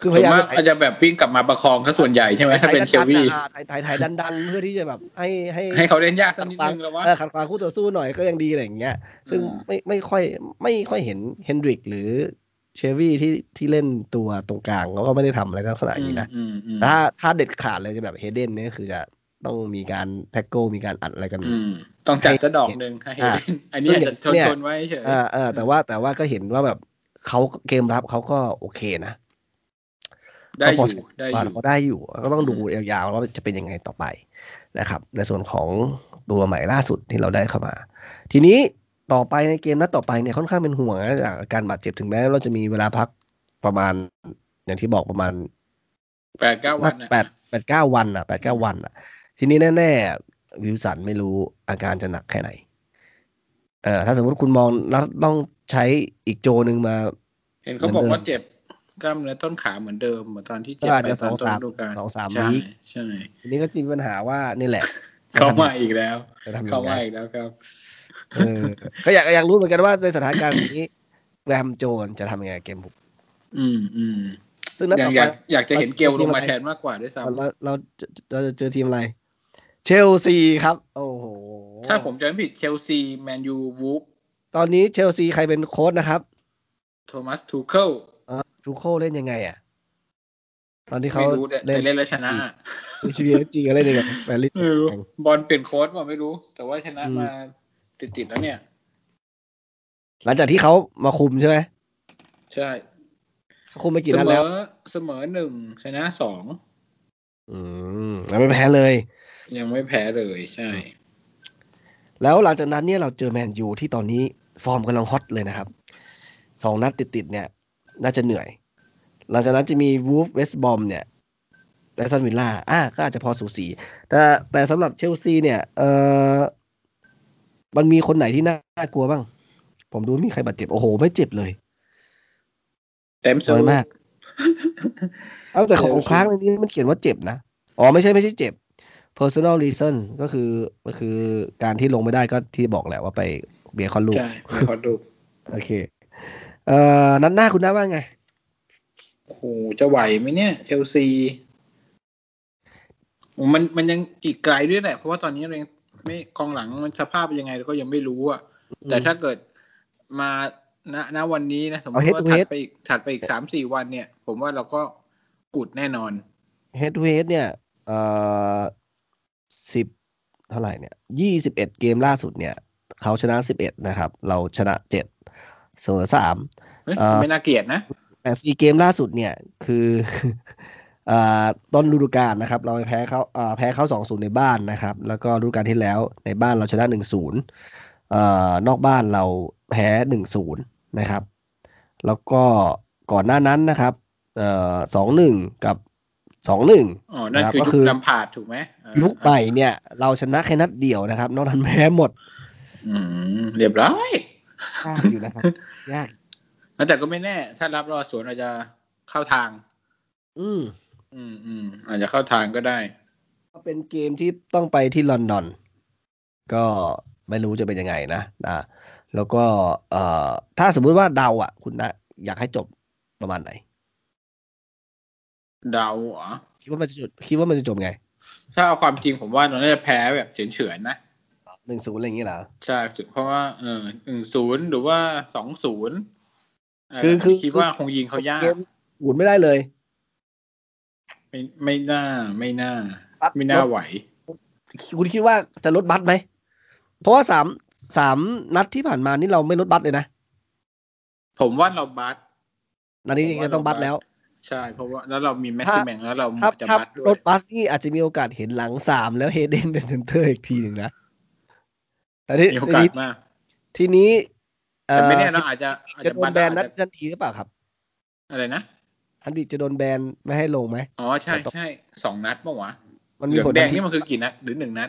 Speaker 1: คือ
Speaker 2: ส่ว
Speaker 1: พาน
Speaker 2: ย
Speaker 1: ยาม
Speaker 2: มากอาจจะแบบวิ่งกลับมาประคองถ้าส่วนใหญ่ใช่ไหมถ้าเป็นเชลวี่
Speaker 1: ถ่ายถ่ายถ่ายดันๆ เพื่อที่จะแบบให้ให้
Speaker 2: ให้เขาเล่นยาก
Speaker 1: ขั
Speaker 2: สัก
Speaker 1: ด
Speaker 2: นิด
Speaker 1: ขวาง
Speaker 2: นึงแล้ววะ
Speaker 1: เออขัดขวางคู่ต่อสู้หน่อยก็ยังดีอะไรอย่างเงี้ย ซึ่ง
Speaker 2: อ่า
Speaker 1: ไม่ไม่ค่อยไม่ค่อยเห็นเฮนดริกหรือเชวี่ที่ที่เล่นตัวตรงกลางเขาก็ไม่ได้ทำอะไรลักษณะอย่างนี้นะ
Speaker 2: อืมอืม
Speaker 1: ถ้าถ้าเด็ดขาดเลยจะแบบเฮเดนเนี่ยคือจะต้องมีการแท็กโกมีการอัดอะไรกัน
Speaker 2: อืมต้องจัดจะดอกหนึ่งให้เห็น
Speaker 1: อ่ะ
Speaker 2: อันนี้อาจจะชน
Speaker 1: เนี่ย
Speaker 2: ชนไว้เฉย
Speaker 1: อ่าเออแต่ว่าแต่ว่าก็เห็นว่าแบบเขาเกมรับเขาก็โอเคนะ
Speaker 2: ได้อ
Speaker 1: พอยู่ ใช้
Speaker 2: ได้อ
Speaker 1: ว่า
Speaker 2: ยู่
Speaker 1: เขาได้อยู่ก็ต้องดูยาวๆว่าจะเป็นยังไงต่อไปนะครับ ในส่วนของตัวใหม่ล่าสุดที่เราได้เข้ามา ทีนี้ต่อไปในเกมนัดต่อไปเนี่ยค่อนข้างเป็นห่วงนะจากอาการบาดเจ็บถึงแม้เราจะมีเวลาพักประมาณ อย่างที่บอกประมาณ
Speaker 2: แปดเก้าวันน่ะ
Speaker 1: แปดแปดเก้าวันอ่ะแปดเก้าวันอ่ะ ทีนี้แน่ๆวิลสันไม่รู้อาการจะหนักแค่ไหน เออถ้าสมมติคุณมองแล้วต้องใช้อีกโจหนึ่งมา
Speaker 2: เห็นเขาบอก
Speaker 1: เหมือนเดิ
Speaker 2: ว่า
Speaker 1: ม
Speaker 2: เจ็บกล้ามเนื้อต้นขาเหมือนเดิมเหมือนตอนที่เจ็บ
Speaker 1: ก็อาจ
Speaker 2: ไป
Speaker 1: จะ
Speaker 2: ตอ
Speaker 1: สอ
Speaker 2: น
Speaker 1: ง
Speaker 2: ต้น
Speaker 1: สาม
Speaker 2: ฤดูกาล
Speaker 1: สองสาม
Speaker 2: ใช่
Speaker 1: วีค
Speaker 2: ใช่
Speaker 1: ทีนี้ก็จะมีปัญหาว่านี่แหละ
Speaker 2: เข้ามาอีกแล้ว
Speaker 1: จะทำยั
Speaker 2: เข้าง
Speaker 1: ไง
Speaker 2: มาอีกแล้วครับ
Speaker 1: เออก็อยากอยากรู้เหมือนกันว่าในสถานการณ์นี้แกรมโจนจะทำยังไงเกมบุก
Speaker 2: อืมอืม
Speaker 1: ซึ่งนัด
Speaker 2: อยา
Speaker 1: ต่
Speaker 2: ก
Speaker 1: อ
Speaker 2: อ
Speaker 1: ไป
Speaker 2: ยากอยากจะเห็นเกลลงมา
Speaker 1: เรา
Speaker 2: แทนมากกว่าด้วยซ้ำ
Speaker 1: เราเราจะเราจะเจอทีมอะไร เชลซีครับ โอ้โห
Speaker 2: ถ้าผมจำไม่ผิดเชลซีแมนยูวูฟ
Speaker 1: ตอนนี้เชลซีใครเป็นโค้ชนะครับ
Speaker 2: โทมัสทูเคิล
Speaker 1: ทูโคเล่นยังไงอ่ะ ตอนที่เขา
Speaker 2: ไม่รู้แต่แต่เล่นแล้วชนะ
Speaker 1: ทีวีเอฟจีก็เล่นยังไงแบลลี่
Speaker 2: ไม่รู้บอลเปลี่ยนโค้ดมาไม่รู้ แต่ว่าชนะ
Speaker 1: อืม
Speaker 2: มาติดติดๆแล้วเนี่ย
Speaker 1: หลังจากที่เขามาคุมใช่ไหม
Speaker 2: ใช่
Speaker 1: เขาคุมไปกี่
Speaker 2: เส
Speaker 1: นัด
Speaker 2: ม
Speaker 1: แล้ว
Speaker 2: อเสมอหนึ่งชนะสอง
Speaker 1: อืมแล้วไม่แพ้เลย
Speaker 2: ยังไม่แพ้เลยใช่
Speaker 1: แล้วหลังจากนั้นเนี่ยเราเจอแมนยูที่ตอนนี้ฟอร์มกำลังฮอตเลยนะครับสองนัดติดๆเนี่ย น่าจะเหนื่อย หลังจากนั้นจะมีวูฟเวสต์บอมเนี่ยแอสตันวิลล่าอ่ะก็อาจจะพอสูสี แต่แต่สำหรับเชลซีเนี่ย เออมันมีคนไหนที่น่ากลัวบ้าง ผมดูไม่มีใครบาดเจ็บ โอ้โห ไม่เจ็บเลย
Speaker 2: เต็ม
Speaker 1: สวย
Speaker 2: ศูน
Speaker 1: มาก เอ้าแต่ของ
Speaker 2: เออ
Speaker 1: ของค้างในนี้มันเขียนว่าเจ็บนะ อ๋อไม่ใช่ไม่ใช่เจ็บ personal reason ก็คือก็คือการที่ลงไม่ได้ก็ที่บอกแหละว่าไปเบียร์คอนลูก
Speaker 2: ใช่ไม่ขอดู
Speaker 1: โอเค เอ่อ นัดหน้าคุณน้าว่าไง
Speaker 2: โอ้โหจะไหวไหมเนี่ย เชลซีมันมันยังอีกไกลด้วยแหละ เพราะว่าตอนนี้เรายังไม่กองหลังมันสภาพเป็นยังไงเราก็ยังไม่รู้อ่ะ แต่ถ้าเกิดมาณณวันนี้นะสมมติ
Speaker 1: เอา head
Speaker 2: ว่า
Speaker 1: to
Speaker 2: ถั
Speaker 1: head
Speaker 2: ดไปอีกถัดไปอีกสามสี่วันเนี่ย ผมว่าเราก็กุดแน่นอน
Speaker 1: head to head เนี่ย เอ่อสิบเท่าไหร่เนี่ยยี่สิบเอ็ดเกมล่าสุดเนี่ย เขาชนะสิบเอ็ดนะครับ เราชนะเจ็ดเสมอสาม
Speaker 2: เฮ้ย
Speaker 1: อ่า
Speaker 2: ไม่น่าเกลียดนะ
Speaker 1: แต่ซีเกมล่าสุดเนี่ยคือ (laughs) อ่าต้นฤดูกาลนะครับ เราไปแพ้เขาอ่าแพ้เขาสองศูนย์ในบ้านนะครับ แล้วก็ฤดูกาลที่แล้วในบ้านเราชนะหนึ่งศูนย์นอกบ้านเราแพ้หนึ่งศูนย์นะครับ แล้วก็ก่อนหน้านั้นนะครับสองหนึ่งกับสองหนึ่ง
Speaker 2: อ๋อ นั่น
Speaker 1: ครับ
Speaker 2: คือ
Speaker 1: ก็
Speaker 2: ยุ
Speaker 1: คือ
Speaker 2: คลำพาดถูกไหมอ่า
Speaker 1: ยุคใหม่เนี่ย เราชนะแค่นัดเดียวนะครับ นอกนั้นแพ้หมด
Speaker 2: อืมเรียบร้อย
Speaker 1: ยากอยู่นะครับยาก
Speaker 2: แต่ก็ไม่แน่ ถ้ารับรอสวนอาจจะเข้าทาง
Speaker 1: อืม
Speaker 2: อืมอืมอาจจะเข้าทางก็ได้
Speaker 1: ก็เป็นเกมที่ต้องไปที่ลอนดอน ก็ไม่รู้จะเป็นยังไงนะนะแล้วก็เอ่อถ้าสมมุติว่าเดาอ่ะ คุณนะอยากให้จบประมาณไหน
Speaker 2: เดาเหรอ
Speaker 1: คิดว่ามันจะจบคิดว่ามันจะจบไง
Speaker 2: ถ้าเอาความจริงผมว่าเราน่าจะแพ้แบบเฉือนๆนะ
Speaker 1: หนึ่งศูนย์อะไรอย่างเงี้ยเหรอ
Speaker 2: ใช่เพราะว่าเออหนึ่งศูนย์หรือว่าสองศูนย์
Speaker 1: คือคือ
Speaker 2: คิดว่าคงยิงเขายาก
Speaker 1: เกมหมุนไม่ได้เลย
Speaker 2: ไม่ไม่น่าไม่น่า ไม่น่าไหว
Speaker 1: คุณคิดว่าจะลดบัตรไหม เพราะว่าสามสามนัดที่ผ่านมานี่เราไม่ลดบัตรเลยนะ
Speaker 2: ผมว่าเราบัส
Speaker 1: นัดนี้ยังต้องบัตรแล้ว
Speaker 2: ใช่เพราะว่าแล้วเรามีแมสซี่แมงแล้วเรา
Speaker 1: ถ้า
Speaker 2: จะ
Speaker 1: ถ้า
Speaker 2: บัสด้
Speaker 1: ล
Speaker 2: ว
Speaker 1: ด
Speaker 2: ย
Speaker 1: บัสนี่อาจจะมีโอกาสเห็นหลังสามแล้วเฮเดนเป็นเซนเตอร์อีกทีหนึ่งนะแต่ที่
Speaker 2: มีโอ
Speaker 1: ทีนี้
Speaker 2: กาสมาก
Speaker 1: ทีนี้เอ่
Speaker 2: แต่
Speaker 1: อ
Speaker 2: ไม่แน่เราอาจจะอาจ
Speaker 1: จะ
Speaker 2: จะ
Speaker 1: โด
Speaker 2: บั
Speaker 1: น
Speaker 2: ส
Speaker 1: แบนนั
Speaker 2: อา
Speaker 1: ด
Speaker 2: จจะ
Speaker 1: ทันทีหรือเปล่าครับ
Speaker 2: อะไรนะ
Speaker 1: ฮันดิกจะโดนแบนไม่ให้ลงไหม
Speaker 2: อ๋อใช่ใช่สองนัดปะวะ
Speaker 1: มัน
Speaker 2: เห
Speaker 1: มี
Speaker 2: ลือง
Speaker 1: ผล
Speaker 2: แด
Speaker 1: ทั
Speaker 2: ง
Speaker 1: นที
Speaker 2: นี่มันคือกี่นัดหรือหนึ่งนัด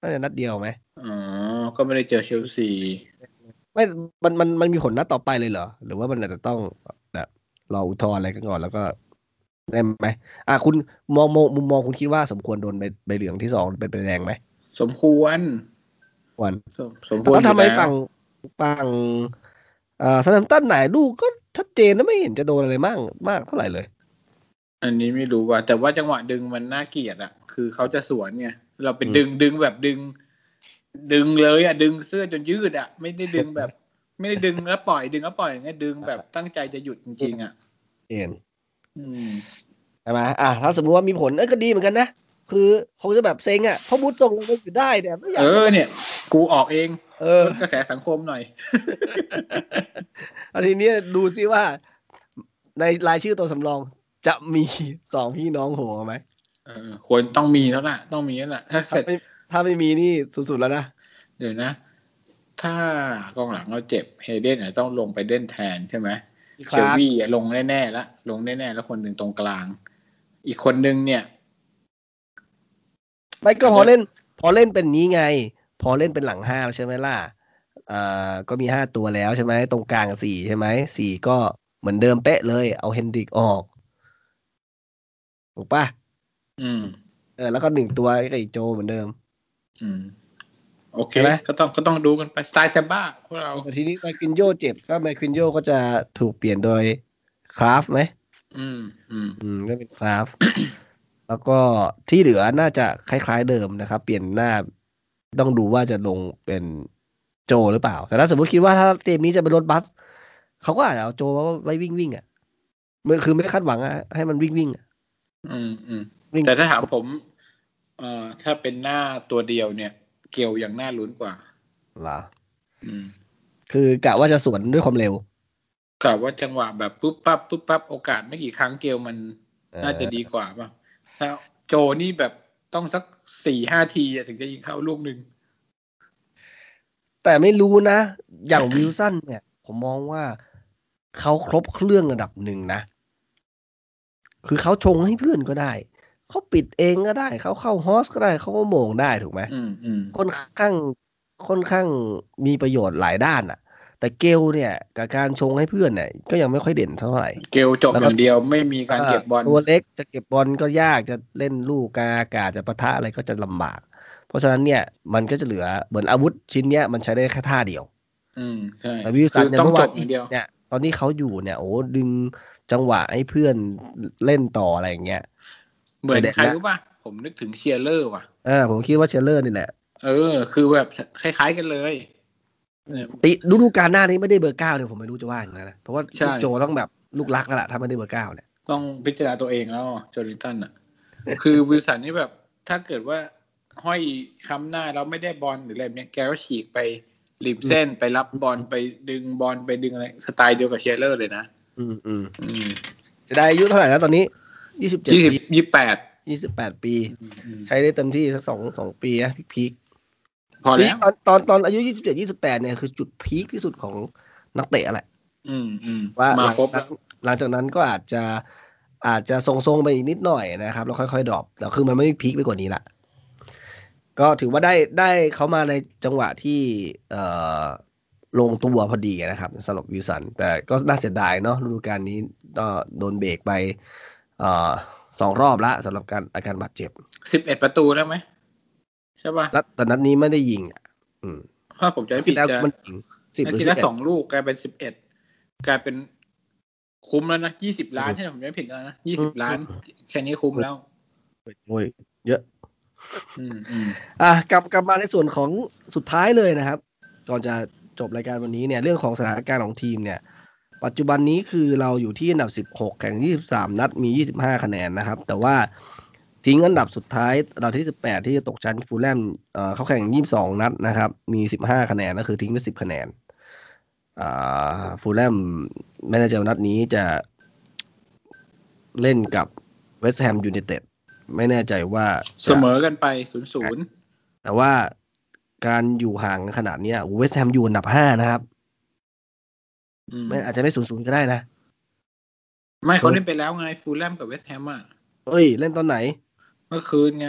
Speaker 1: น่าจะนัดเดียวไหม
Speaker 2: อ๋อก็ไม่ได้เจอเชลซี
Speaker 1: ไม่มันมันมันมีผลนัดต่อไปเลยเหรอ หรือว่ามันอาจจะต้องแบบรออุทธรณ์อะไรกันก่อนแล้วก็ได้ไหมอ่ะคุณมองมองมุมมองคุณคิดว่าสมควรโดนใบใบเหลืองที่สองเป็นใบแดงไหม
Speaker 2: สมควร
Speaker 1: วัน
Speaker 2: สมสมควร
Speaker 1: แล้วทำไม
Speaker 2: อยู่
Speaker 1: ฝั่งฝั่งเอ่อสนามตั้นไหนลูกก็ชัดเจนนะไม่เห็นจะโดนอะไรมากมากเท่าไหร่เลย
Speaker 2: อันนี้ไม่รู้ว่า แต่ว่าจังหวะดึงมันน่าเกลียดอะคือเขาจะสวนไงเราเป็นดึงดึงแบบดึง ดึงเลยอะดึงเสื้อจนยืดอะไม่ได้ดึงแบบ ไม่ได้ดึงแล้วปล่อยดึงแล้วปล่อยอย่างเงี้ยดึงแบบตั้งใจจะหยุดจริงๆอะ
Speaker 1: เห็น
Speaker 2: อืม
Speaker 1: ใช่ไหมอ่ะถ้าสมมติว่ามีผลเอ้ยก็ดีเหมือนกันนะ คือคงจะแบบเซ็งอ่ะเพราะบูธส่งลงไปอยู่ได้แต่ไม่อยา
Speaker 2: เอก อเนี่ยกูออกเอง
Speaker 1: เอ
Speaker 2: ล
Speaker 1: อ
Speaker 2: ดกระแสสังคมหน่อย
Speaker 1: อันทีเนี้ยดูซิว่า ในรายชื่อตัวสำรองจะมี (laughs) สองพี่น้องโหไหม
Speaker 2: เออควรต้องมีแล้วล่ะ ต้องมีแล้วล่ะ ถ้า
Speaker 1: ถ้า
Speaker 2: เกิด
Speaker 1: ไม่ถ้าไม่มีนี่สุดๆแล้วนะ
Speaker 2: เดี๋ยวนะ ถ้ากองหลังเราเจ็บเฮเดนเนี่ยต้องลงไปเล่นแทนใช่ไหม
Speaker 1: ค
Speaker 2: เช
Speaker 1: รับ
Speaker 2: ลวี่อะลงแน่ๆละลงแน่ๆแล้วคนหนึ่งตรงกลาง อีกคนหนึ่งเนี่ย
Speaker 1: ไม่ก็พอเล่น พอเล่นเป็นนี้ไง พอเล่นเป็นหลังห้าใช่ไหมล่ะเอ่อก็มีห้าตัวแล้วใช่ไหมตรงกลางสี่ใช่ไหมสี่ก็เหมือนเดิมเป๊ะเลย เอาเฮนดริกออกถูกปะ
Speaker 2: อืม
Speaker 1: เออแล้วก็หนึ่งตัวก็อีกโจเหมือนเดิม
Speaker 2: อืม โอเค
Speaker 1: ใช่ไหม
Speaker 2: ก็ต้องก็ต้องดูกันไปสไตล์แซมบ้าพวกเรา
Speaker 1: แต่ทีนี้ไมคินโยเจ็บก็ไมคินโยก็จะถูกเปลี่ยนโดยคราฟไหม
Speaker 2: อืม อืม
Speaker 1: อืมก็เป็นคราฟ (coughs) แล้วก็ที่เหลือน่าจะคล้ายๆเดิมนะครับ เปลี่ยนหน้าต้องดูว่าจะลงเป็นโจหรือเปล่า แต่ถ้าสมมติคิดว่าถ้าเกมนี้จะเป็นรถบัส เขาก็อาจจะเอาโจมาไว้วิ่งวิ่งๆอ่ะมันคือไม่ได้คาดหวังอะให้มันวิ่งวิ่งๆอะ
Speaker 2: อืมอืม
Speaker 1: วิ่ง
Speaker 2: แต่ถ้าถามผมเอ่อถ้าเป็นหน้าตัวเดียวเนี่ย เกี่ยวอย่างน่าลุ้นกว่า
Speaker 1: เหรอ
Speaker 2: อืม
Speaker 1: คือกะว่าจะสวนด้วยความเร็ว
Speaker 2: กล่าวว่าจังหวะแบบปุ๊บปั๊บปุ๊บปั๊บโอกาสไม่กี่ครั้งเกลมันน่าจะดีกว่าป่ะถ้าโจนี่แบบต้องสักสี่ห้าทีอะถึงจะยิงเข้าลูกหนึ่ง
Speaker 1: แต่ไม่รู้นะ อย่างวิลสันเนี่ย ผมมองว่าเขาครบเครื่องระดับหนึ่งนะ คือเขาชงให้เพื่อนก็ได้ เขาปิดเองก็ได้ เขาเข้าฮอสก็ได้ เขาก็โมงได้ถูกไหม
Speaker 2: อืมอืม
Speaker 1: ค่อนข้างค่อนข้างมีประโยชน์หลายด้านอ่ะ แต่เกลเนี่ยกับการชงให้เพื่อนเนี่ยก็ยังไม่ค่อยเด่นเท่าไหร่
Speaker 2: เกลจบอย่างเดียวไม่มีการเก็บบอล
Speaker 1: ตัวเล็กจะเก็บบอลก็ยากจะเล่นลูกกลางอากาศจะปะทะอะไรก็จะลำบาก เพราะฉะนั้นเนี่ยมันก็จะเหลือเหมือนอาวุธชิ้นเนี้ยมันใช้ได้แค่ท่าเดียว
Speaker 2: อืมใช่
Speaker 1: แต่วิลสั
Speaker 2: คื
Speaker 1: น
Speaker 2: อ
Speaker 1: เนี่ย
Speaker 2: ต้อง
Speaker 1: เมื่อ
Speaker 2: จ
Speaker 1: วาน
Speaker 2: บอย่างเดียว
Speaker 1: เนี่ยตอนนี้เขาอยู่เนี่ยโอ้ดึงจังหวะให้เพื่อนเล่นต่ออะไรอย่างเงี้ย
Speaker 2: เหมือน
Speaker 1: เดี๋ยวนะ
Speaker 2: ใครรู้ป่ะ ผมนึกถึงเชียร์เลอร์ว่ะ
Speaker 1: เออผมคิดว่าเชลเลอร์นี่แหละ
Speaker 2: เออ คือแบบคล้าย ๆกันเลยเนี่ย
Speaker 1: ติฤดูกาลหน้านี้ไม่ได้เบอร์เก้าเนี่ยผมไม่รู้จะว่าอย่างไงนะเพราะว่า
Speaker 2: ใช่
Speaker 1: ลูกโจต้องแบบลูกรักแล้วล่ะถ้าไม่ได้เบอร์เก้าเนี่ย
Speaker 2: ต้องพิจารณาตัวเองแล้วอะโจลินตันอ่ะ คือวิลสันนี่แบบถ้าเกิดว่าห้อยค้ำหน้าแล้วไม่ได้บอลหรืออะไรแบบเนี้ยแกก็ฉีกไปริมเส้นไปรับบอลไปดึงบอลไปดึงอะไรสไตล์เดียวกับเชยร์เลอร์เลยนะ
Speaker 1: อืมอืมจะได้อายุเท่าไหร่แล้วตอนนี้ยี่สิบเจ็ด
Speaker 2: ยี่สิบยี่แปด
Speaker 1: ยี่สิบแปดปี ใช้ได้เต็มที่สักสองสองปีนะพีค
Speaker 2: พอ
Speaker 1: ๆพี
Speaker 2: แล้
Speaker 1: คว ตอนตอนตอนอายุยี่สิบเจ็ดยี่สิบแปดเนี่ยคือจุดพีคที่สุดของนักเตะแหละ
Speaker 2: อืมอืม
Speaker 1: ว่าห
Speaker 2: มา
Speaker 1: ลัง
Speaker 2: ครบ
Speaker 1: หลังห
Speaker 2: แล้ว
Speaker 1: ลังจากนั้นก็อาจจะอาจจะทรงๆไปอีกนิดหน่อยนะครับแล้วค่อยๆดรอปแต่คือมันไม่พีคไปกว่านี้ละก็ถือว่าได้ได้เขามาในจังหวะที่เอ่อลงตัวพอดีนะครับสำหรับวิลสัน แต่ก็น่าเสียดายเนาะฤดูกาลนี้ก็โดนเบรกไป เอ่อสองรอบละสำหรับการอาการบาดเจ็บ
Speaker 2: สิบเอ็ดประตูแล้วไหมใช่ป่ะ
Speaker 1: แล้วแต่นัดนี้ไม่ได้ยิงอ่ะอืม
Speaker 2: ถ้าผมจะไม่ผิด
Speaker 1: แล้ว
Speaker 2: จะ
Speaker 1: มันยิงสิบห
Speaker 2: นา
Speaker 1: รือ
Speaker 2: ที
Speaker 1: สิบ
Speaker 2: ละ
Speaker 1: เอ็
Speaker 2: ส
Speaker 1: ด
Speaker 2: องลูกกลายเป็นสิบเอ็ดกลายเป็นคุ้มแล้วนะยี่สิบล้านใช่ไหมผมจะไม่ผิดแล้วนะยี่สิบล้าน แค่นี้คุ้มแล้ว
Speaker 1: โอ้ยเยอะ
Speaker 2: อืมอืม
Speaker 1: อ่ะกลับกลับมาในส่วนของสุดท้ายเลยนะครับ ก่อนจะจบรายการวันนี้เนี่ย เรื่องของสถานการณ์ของทีมเนี่ย ปัจจุบันนี้คือเราอยู่ที่อันดับ 16 แข่ง 23 นัดมี 25 คะแนนนะครับ แต่ว่าทิ้งอันดับสุดท้ายอันดับที่ 18 ที่จะตกชั้นฟูลแลมเอ่อเขาแข่ง 22 นัดนะครับ มี 15 คะแนนก็คือทิ้งไป 10 คะแนนอ่าฟูลแลมไม่แน่ใจว่านัดนี้จะเล่นกับเวสต์แฮมยูไนเต็ดไม่แน่ใจว่า
Speaker 2: เส
Speaker 1: จะ
Speaker 2: มอกันไปศูนย์ศูนย์
Speaker 1: แต่ว่าการอยู่ห่างขนาดเนี้ยเวสต์แฮมอยู่อันดับห้านะครับไม่อาจจะไม่ศูนย์ศูนย์ก็ได้นะ
Speaker 2: ไม่เขาเล่นไปแล้วไงฟูลแลมกับเวสต์แฮมอ่ะ
Speaker 1: เอ้ย เล่นตอนไหน
Speaker 2: เมื่อคืนไง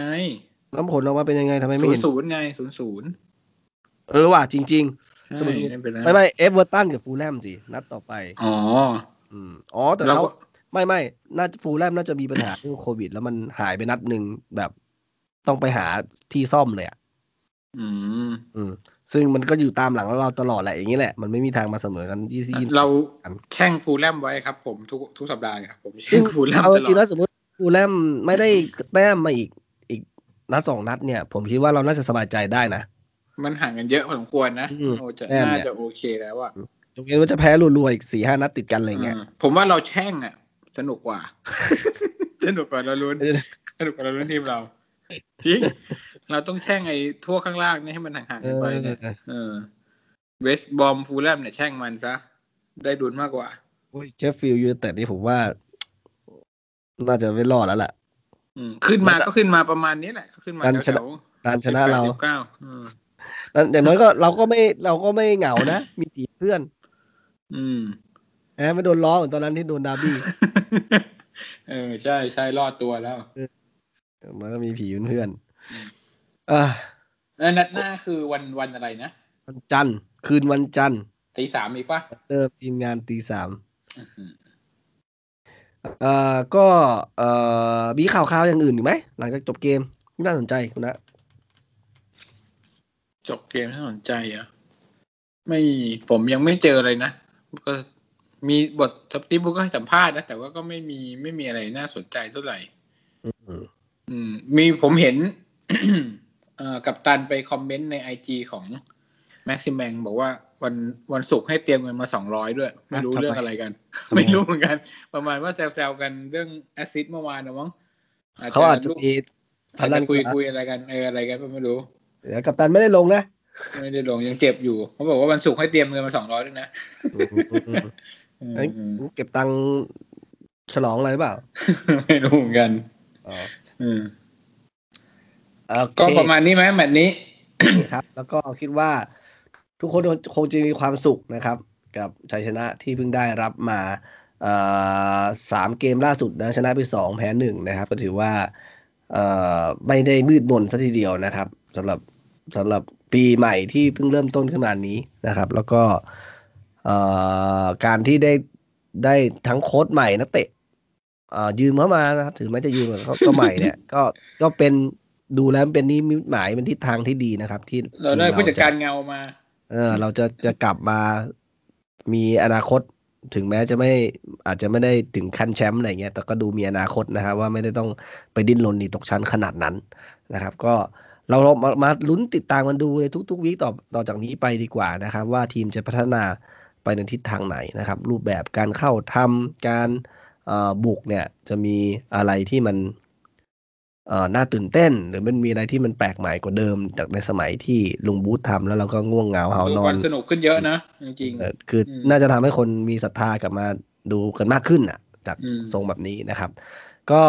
Speaker 1: แล้วผลออกมาเป็นยังไงทำไมไม่
Speaker 2: ศูน
Speaker 1: เห็น
Speaker 2: ย์ศูนย์ไงศูนย์ศูนย์
Speaker 1: เออว่ะ จริง
Speaker 2: ใช่
Speaker 1: ศูนย์ศูนย์
Speaker 2: เล่นไปแล้ว
Speaker 1: ๆ ไม่ไม่เอฟเวอร์ตันกับฟูลแลมสิ นัดต่อไป
Speaker 2: อ๋อ
Speaker 1: อืมอ๋อ แต่
Speaker 2: เรา
Speaker 1: เขา
Speaker 2: ก็
Speaker 1: ไม่ไม่น่าฟูลแลมน่าจะมีปัญหาเรื่องโควิด แล้วมันหายไปนัดหนึ่งแบบต้องไปหาที่ซ่อมเลยอ่ะ
Speaker 2: อืม
Speaker 1: อืม ซึ่งมันก็อยู่ตามหลังเราตลอดแหละอย่างนี้แหละมันไม่มีทางมาเสมอกันยี่สิบยี่สิบ
Speaker 2: เรา
Speaker 1: กัน
Speaker 2: แช่งฟูลแลมไว้ครับผมทุกทุกสัปดาห์ครับผม
Speaker 1: ซึ่
Speaker 2: แช่
Speaker 1: ง
Speaker 2: งฟูลแลม
Speaker 1: เอาจ
Speaker 2: ตลอ
Speaker 1: ริงๆแล้
Speaker 2: ด
Speaker 1: วสมมติ ฟูลแลมไม่ได้แต้มมาอีกอีกนัดสองนัดเนี่ย ผมคิดว่าเราน่าจะสบายใจได้นะ
Speaker 2: มันห่างกันเยอะพอสมควรนะ
Speaker 1: อืม
Speaker 2: โอจะ
Speaker 1: แน่เนี่ย
Speaker 2: น่าจะโอเคแล้วอะ
Speaker 1: ยกเว้นว่าจะแพ้รัวๆอีกสี่ห้านัดติดกันอะไรเงี้ย
Speaker 2: อืมผมว่าเราแช่งอะสนุกกว่า (laughs) สนุกกว่าเรา
Speaker 1: (laughs)
Speaker 2: ลุ้น
Speaker 1: เดี๋ยว
Speaker 2: สนุกกว่าเราลุ้นทีมเราจริงเราต้องแช่งไอ้ทั่วกข้างล่างนี่ให้มันห่างๆ
Speaker 1: เอ
Speaker 2: กัน
Speaker 1: อ
Speaker 2: ไปเนี่ยเออเวสบอมฟูลแลมเนี่ยแช่งมันซะได้ดุนมากกว่า
Speaker 1: โอ้ยเชฟฟิลด์ยูไนเต็ดนี่ผมว่า น่าจะไม่รอดแล้วล่ะ
Speaker 2: อืมขึ้นมาก็ขึ้นมาประมาณนี้แหละ ก็ขึ้นมา
Speaker 1: การช
Speaker 2: แถ
Speaker 1: นะ
Speaker 2: ว
Speaker 1: การ
Speaker 2: ๆ
Speaker 1: ชนะเรา
Speaker 2: สิบเก้าอืม
Speaker 1: นั้นอย่างน้อยก็เราก็ไม่เราก็ไม่เหงานะ มีตีเพื่อน
Speaker 2: อืม (laughs)
Speaker 1: นะไม่โดนล้อเหมือนตอนนั้นที่โดนดาร์บี้
Speaker 2: เออใช่ใช่รอดตัวแล้ว
Speaker 1: มันก็มีผีเพื่อนอ่า
Speaker 2: แล้วนัดหน้าคือวันวันอะไรนะ
Speaker 1: วันจันทร์คืนวันจันทร์
Speaker 2: ตีสามอีกปะ
Speaker 1: เจอทีมงานตีสาม
Speaker 2: อืม
Speaker 1: อ่าก็เอ่อมีข่าวข่าวๆอย่างอื่นอีกไหม หลังจากจบเกมที่น่าสนใจคุณนะ
Speaker 2: จบเกมน่าสนใจเหรอ่ะไม่ผมยังไม่เจออะไรนะก็มีบททับทิบุกก็ให้สัมภาษณ์นะแต่ว่าก็ไม่มีไม่มีอะไรน่าสนใจเท่าไหร่
Speaker 1: อืม
Speaker 2: อืม มีผมเห็น (coughs) เอ่อกับตันไปคอมเมนต์ในไอจีของแม็กซิแมงบอกว่าวันวันศุกร์ให้เตรียมเงินมาสองร้อยด้วย ไม่รู้
Speaker 1: ทำไม
Speaker 2: เรื่องอะไรกัน (laughs)
Speaker 1: ทำไม
Speaker 2: ไม่รู้เหมือนกัน ประมาณว่าแซวๆกันเรื่องแอสซิดเมื่อวานนะมั้ง
Speaker 1: เขาอาจจะ
Speaker 2: ลูก
Speaker 1: มี
Speaker 2: อาจจะคุยคุยอะไรกันเอออะไรกันก็ไม่รู้
Speaker 1: เดี๋ยวกัปตันไม่ได้ลง
Speaker 2: (laughs)
Speaker 1: นะ
Speaker 2: ไม่ได้ลงยังเจ็บอยู่เขาบอกว่าวันศุกร์ให้เตรียมเงินมาสองร้อยด้วยนะอืม
Speaker 1: เอ้ย เก็บตังค์ฉลองอะไรหรือเปล่า
Speaker 2: ไม่รู้เหมือนกัน
Speaker 1: อ๋อ
Speaker 2: อืม
Speaker 1: โอเค
Speaker 2: ก็ประมาณนี้ไหมแมตช์นี้
Speaker 1: ครับ แล้วก็คิดว่า ทุกคนคงจะมีความสุขนะครับ กับชัยชนะที่เพิ่งได้รับมาเอ่อสามเกมล่าสุดนะชนะไปสองแพ้หนึ่งนะครับ ก็ถือว่าเอ่อไม่ได้มืดมนซะทีเดียวนะครับสำหรับสำหรับปีใหม่ที่เพิ่งเริ่มต้นขึ้นมานี้นะครับ แล้วก็เอ่อการที่ได้ได้ทั้งโค้ชใหม่นักเตะเอ่อยืมเข้ามานะครับถึงแม้จะยืมเขาก็ใหม่เนี่ย ก็ก็เป็นดูแล้วเป็นนิมิตหมายเป็นทิศทางที่ดีนะครับ ที่
Speaker 2: เราได้
Speaker 1: ทีม
Speaker 2: ผู้จัด
Speaker 1: จะ
Speaker 2: การเงามา
Speaker 1: เออเราจะจะกลับมามีอนาคตถึงแม้จะไม่อาจจะไม่ได้ถึงขั้นแชมป์อะไรเงี้ยแต่ก็ดูมีอนาคตนะครับว่าไม่ได้ต้องไปดิ้นรนหนีตกชั้นขนาดนั้นนะครับ ก็เราเรามามาลุ้นติดตามกันดูในทุกๆวีคต่อต่อจากนี้ไปดีกว่านะครับ ว่าทีมจะพัฒนาไปในทิศทางไหนนะครับ รูปแบบการเข้าทำการเอ่อบุกเนี่ยจะมีอะไรที่มันเอ่อน่าตื่นเต้น หรือมันมีอะไรที่มันแปลกใหม่กว่าเดิม จากในสมัยที่ลุงบูธทำแล้วเราก็ง่วงเหงาเหาน
Speaker 2: ดูบ
Speaker 1: อ
Speaker 2: อน ลสนุกขึ้นเยอะนะจริง
Speaker 1: เอ่อคืออ
Speaker 2: ม
Speaker 1: น่าจะทำให้คนมีศรัทธากลับมาดูกันมากขึ้นอ่ะ จาก
Speaker 2: อืม
Speaker 1: ทรงแบบนี้นะครับ ก็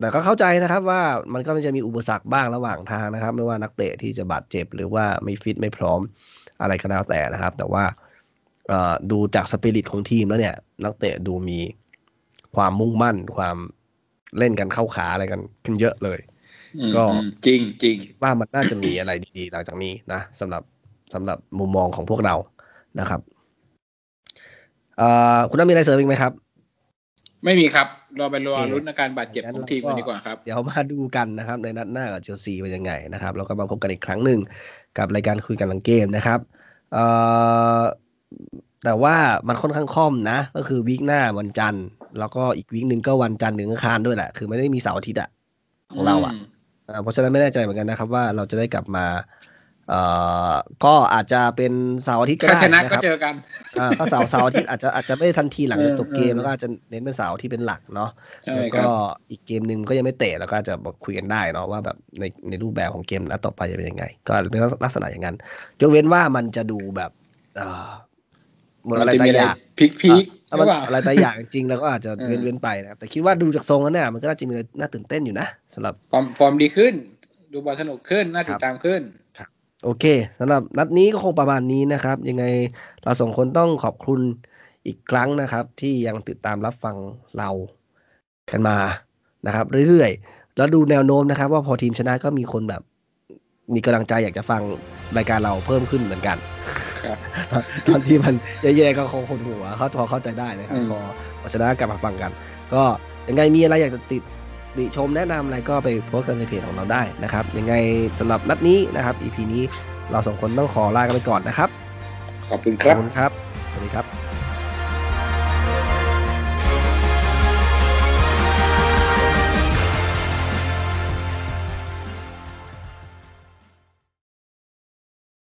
Speaker 1: แต่ก็เข้าใจนะครับว่ามันก็จะมีอุปสรรคบ้างระหว่างทางนะครับ ไม่ว่านักเตะที่จะบาดเจ็บหรือว่าไม่ฟิตไม่พร้อมอะไรก็แล้วแต่นะครับ แต่ว่าเอ่อดูจากสปิริตของทีมแล้วเนี่ย นักเตะดูมีความมุ่งมั่น ความเล่นกันเข้าขาอะไรกันขึ้นเยอะเลย
Speaker 2: ๆอืม
Speaker 1: ก็
Speaker 2: อืมจริงจริง
Speaker 1: ว่ามันน่าจะมีอะไรดีๆ หลังจากนี้นะสำหรับสำหรับมุมมองของพวกเรานะครับเอ่อคุณน้ามีอะไรเสริมอีกไหมครับ
Speaker 2: ไม่มีครับรอไปรอ
Speaker 1: โอเค
Speaker 2: รุ้นอาการบาดเจ็บของทีม
Speaker 1: งั้
Speaker 2: กั
Speaker 1: นเรา
Speaker 2: น
Speaker 1: ก็
Speaker 2: ดีกว่าครับ
Speaker 1: เดี๋ยวมาดูกันนะครับ ในนัดหน้ากับเชลซีเป็นยังไงนะครับ แล้วก็มาพบกันอีกครั้งหนึ่งกับรายการคุยกันหลังเกมนะครับเอ่อแต่ว่ามันค่อนข้างค่อมนะ ก็คือวีคหน้าวันจันทร์แล้วก็อีกวีคหนึ่งก็วันจันทร์ถึงอังคารด้วยแหละ คือไม่ได้มีเสาร์อาทิตย์อะของเราอะ อ่าเพราะฉะนั้นไม่แน่ใจเหมือนกันนะครับว่าเราจะได้กลับมา เอ่อ ก็อาจจะเป็นเสาร์อาทิตย์ก็
Speaker 2: ถ้า
Speaker 1: ได้
Speaker 2: ชนะ
Speaker 1: นะ
Speaker 2: ก็
Speaker 1: ครับ
Speaker 2: เจอกัน
Speaker 1: อ่าก็เสาร์เสาร์อาทิตย์อาจจะอาจจะไม่ได้ทันทีหลังจากจบเกม
Speaker 2: เออเออ
Speaker 1: แล้วก็อาจจะเน้นเป็นเสาร์ที่เป็นหลักเนาะ
Speaker 2: ใช่
Speaker 1: แล้ว
Speaker 2: ครั
Speaker 1: ก็
Speaker 2: บ
Speaker 1: อีกเกมหนึ่งก็ยังไม่เตะแล้วก็อาจจะมาคุยกันได้เนาะว่าแบบในในรูปแบบของเกมนัดต่อไปจะเป็นยังไง ก็อาจจะเป็นลักษณะอย่างนั้นยกเว้นว่ามันจะดูแบบเอ่อหมดอะไร
Speaker 2: จ
Speaker 1: แต่อย่าง
Speaker 2: พีคพีค
Speaker 1: ถ้ามัน
Speaker 2: หรือเปล่า
Speaker 1: อะไรแต่อย่างจริงเราก็อาจจะ
Speaker 2: เออ
Speaker 1: เว้นเว้นๆไปนะครับแต่คิดว่าดูจากทรงแล้วเนี่ยมันก็น่าจะมีอะไรน่าตื่นเต้นอยู่นะสำหรับ
Speaker 2: ฟอร์มฟอร์มดีขึ้น ดูบอลสนุกขึ้นน่าติ
Speaker 1: ครั
Speaker 2: ด
Speaker 1: บ
Speaker 2: ตามขึ้น
Speaker 1: โอเคสำหรับนัดนี้ก็คงประมาณนี้นะครับ ยังไงเราสองคนต้องขอบคุณอีกครั้งนะครับ ที่ยังติดตามรับฟังเรากันมานะครับ เรื่อยๆ แล้วดูแนวโน้มนะครับ ว่าพอทีมชนะก็มีคนแบบ มีกำลังใจอยากจะฟังรายการเราเพิ่มขึ้นเหมือนกัน
Speaker 2: ครับ
Speaker 1: (laughs) ตอนที่มันแย่ๆก็คงคนหัวเขาพอเข้าใจได้นะครับ
Speaker 2: อืม
Speaker 1: พอพอชนะกลับมาฟังกัน ก็ยังไงมีอะไรอยากจะติด ติชมแนะนำอะไรก็ไปโพสต์กันในเพจของเราได้นะครับ ยังไงสำหรับนัดนี้นะครับ EP นี้เราสองคนต้องขอลากันไปก่อนนะครับ
Speaker 2: ขอบคุณครับ
Speaker 1: ณครับ สวัสดีครับ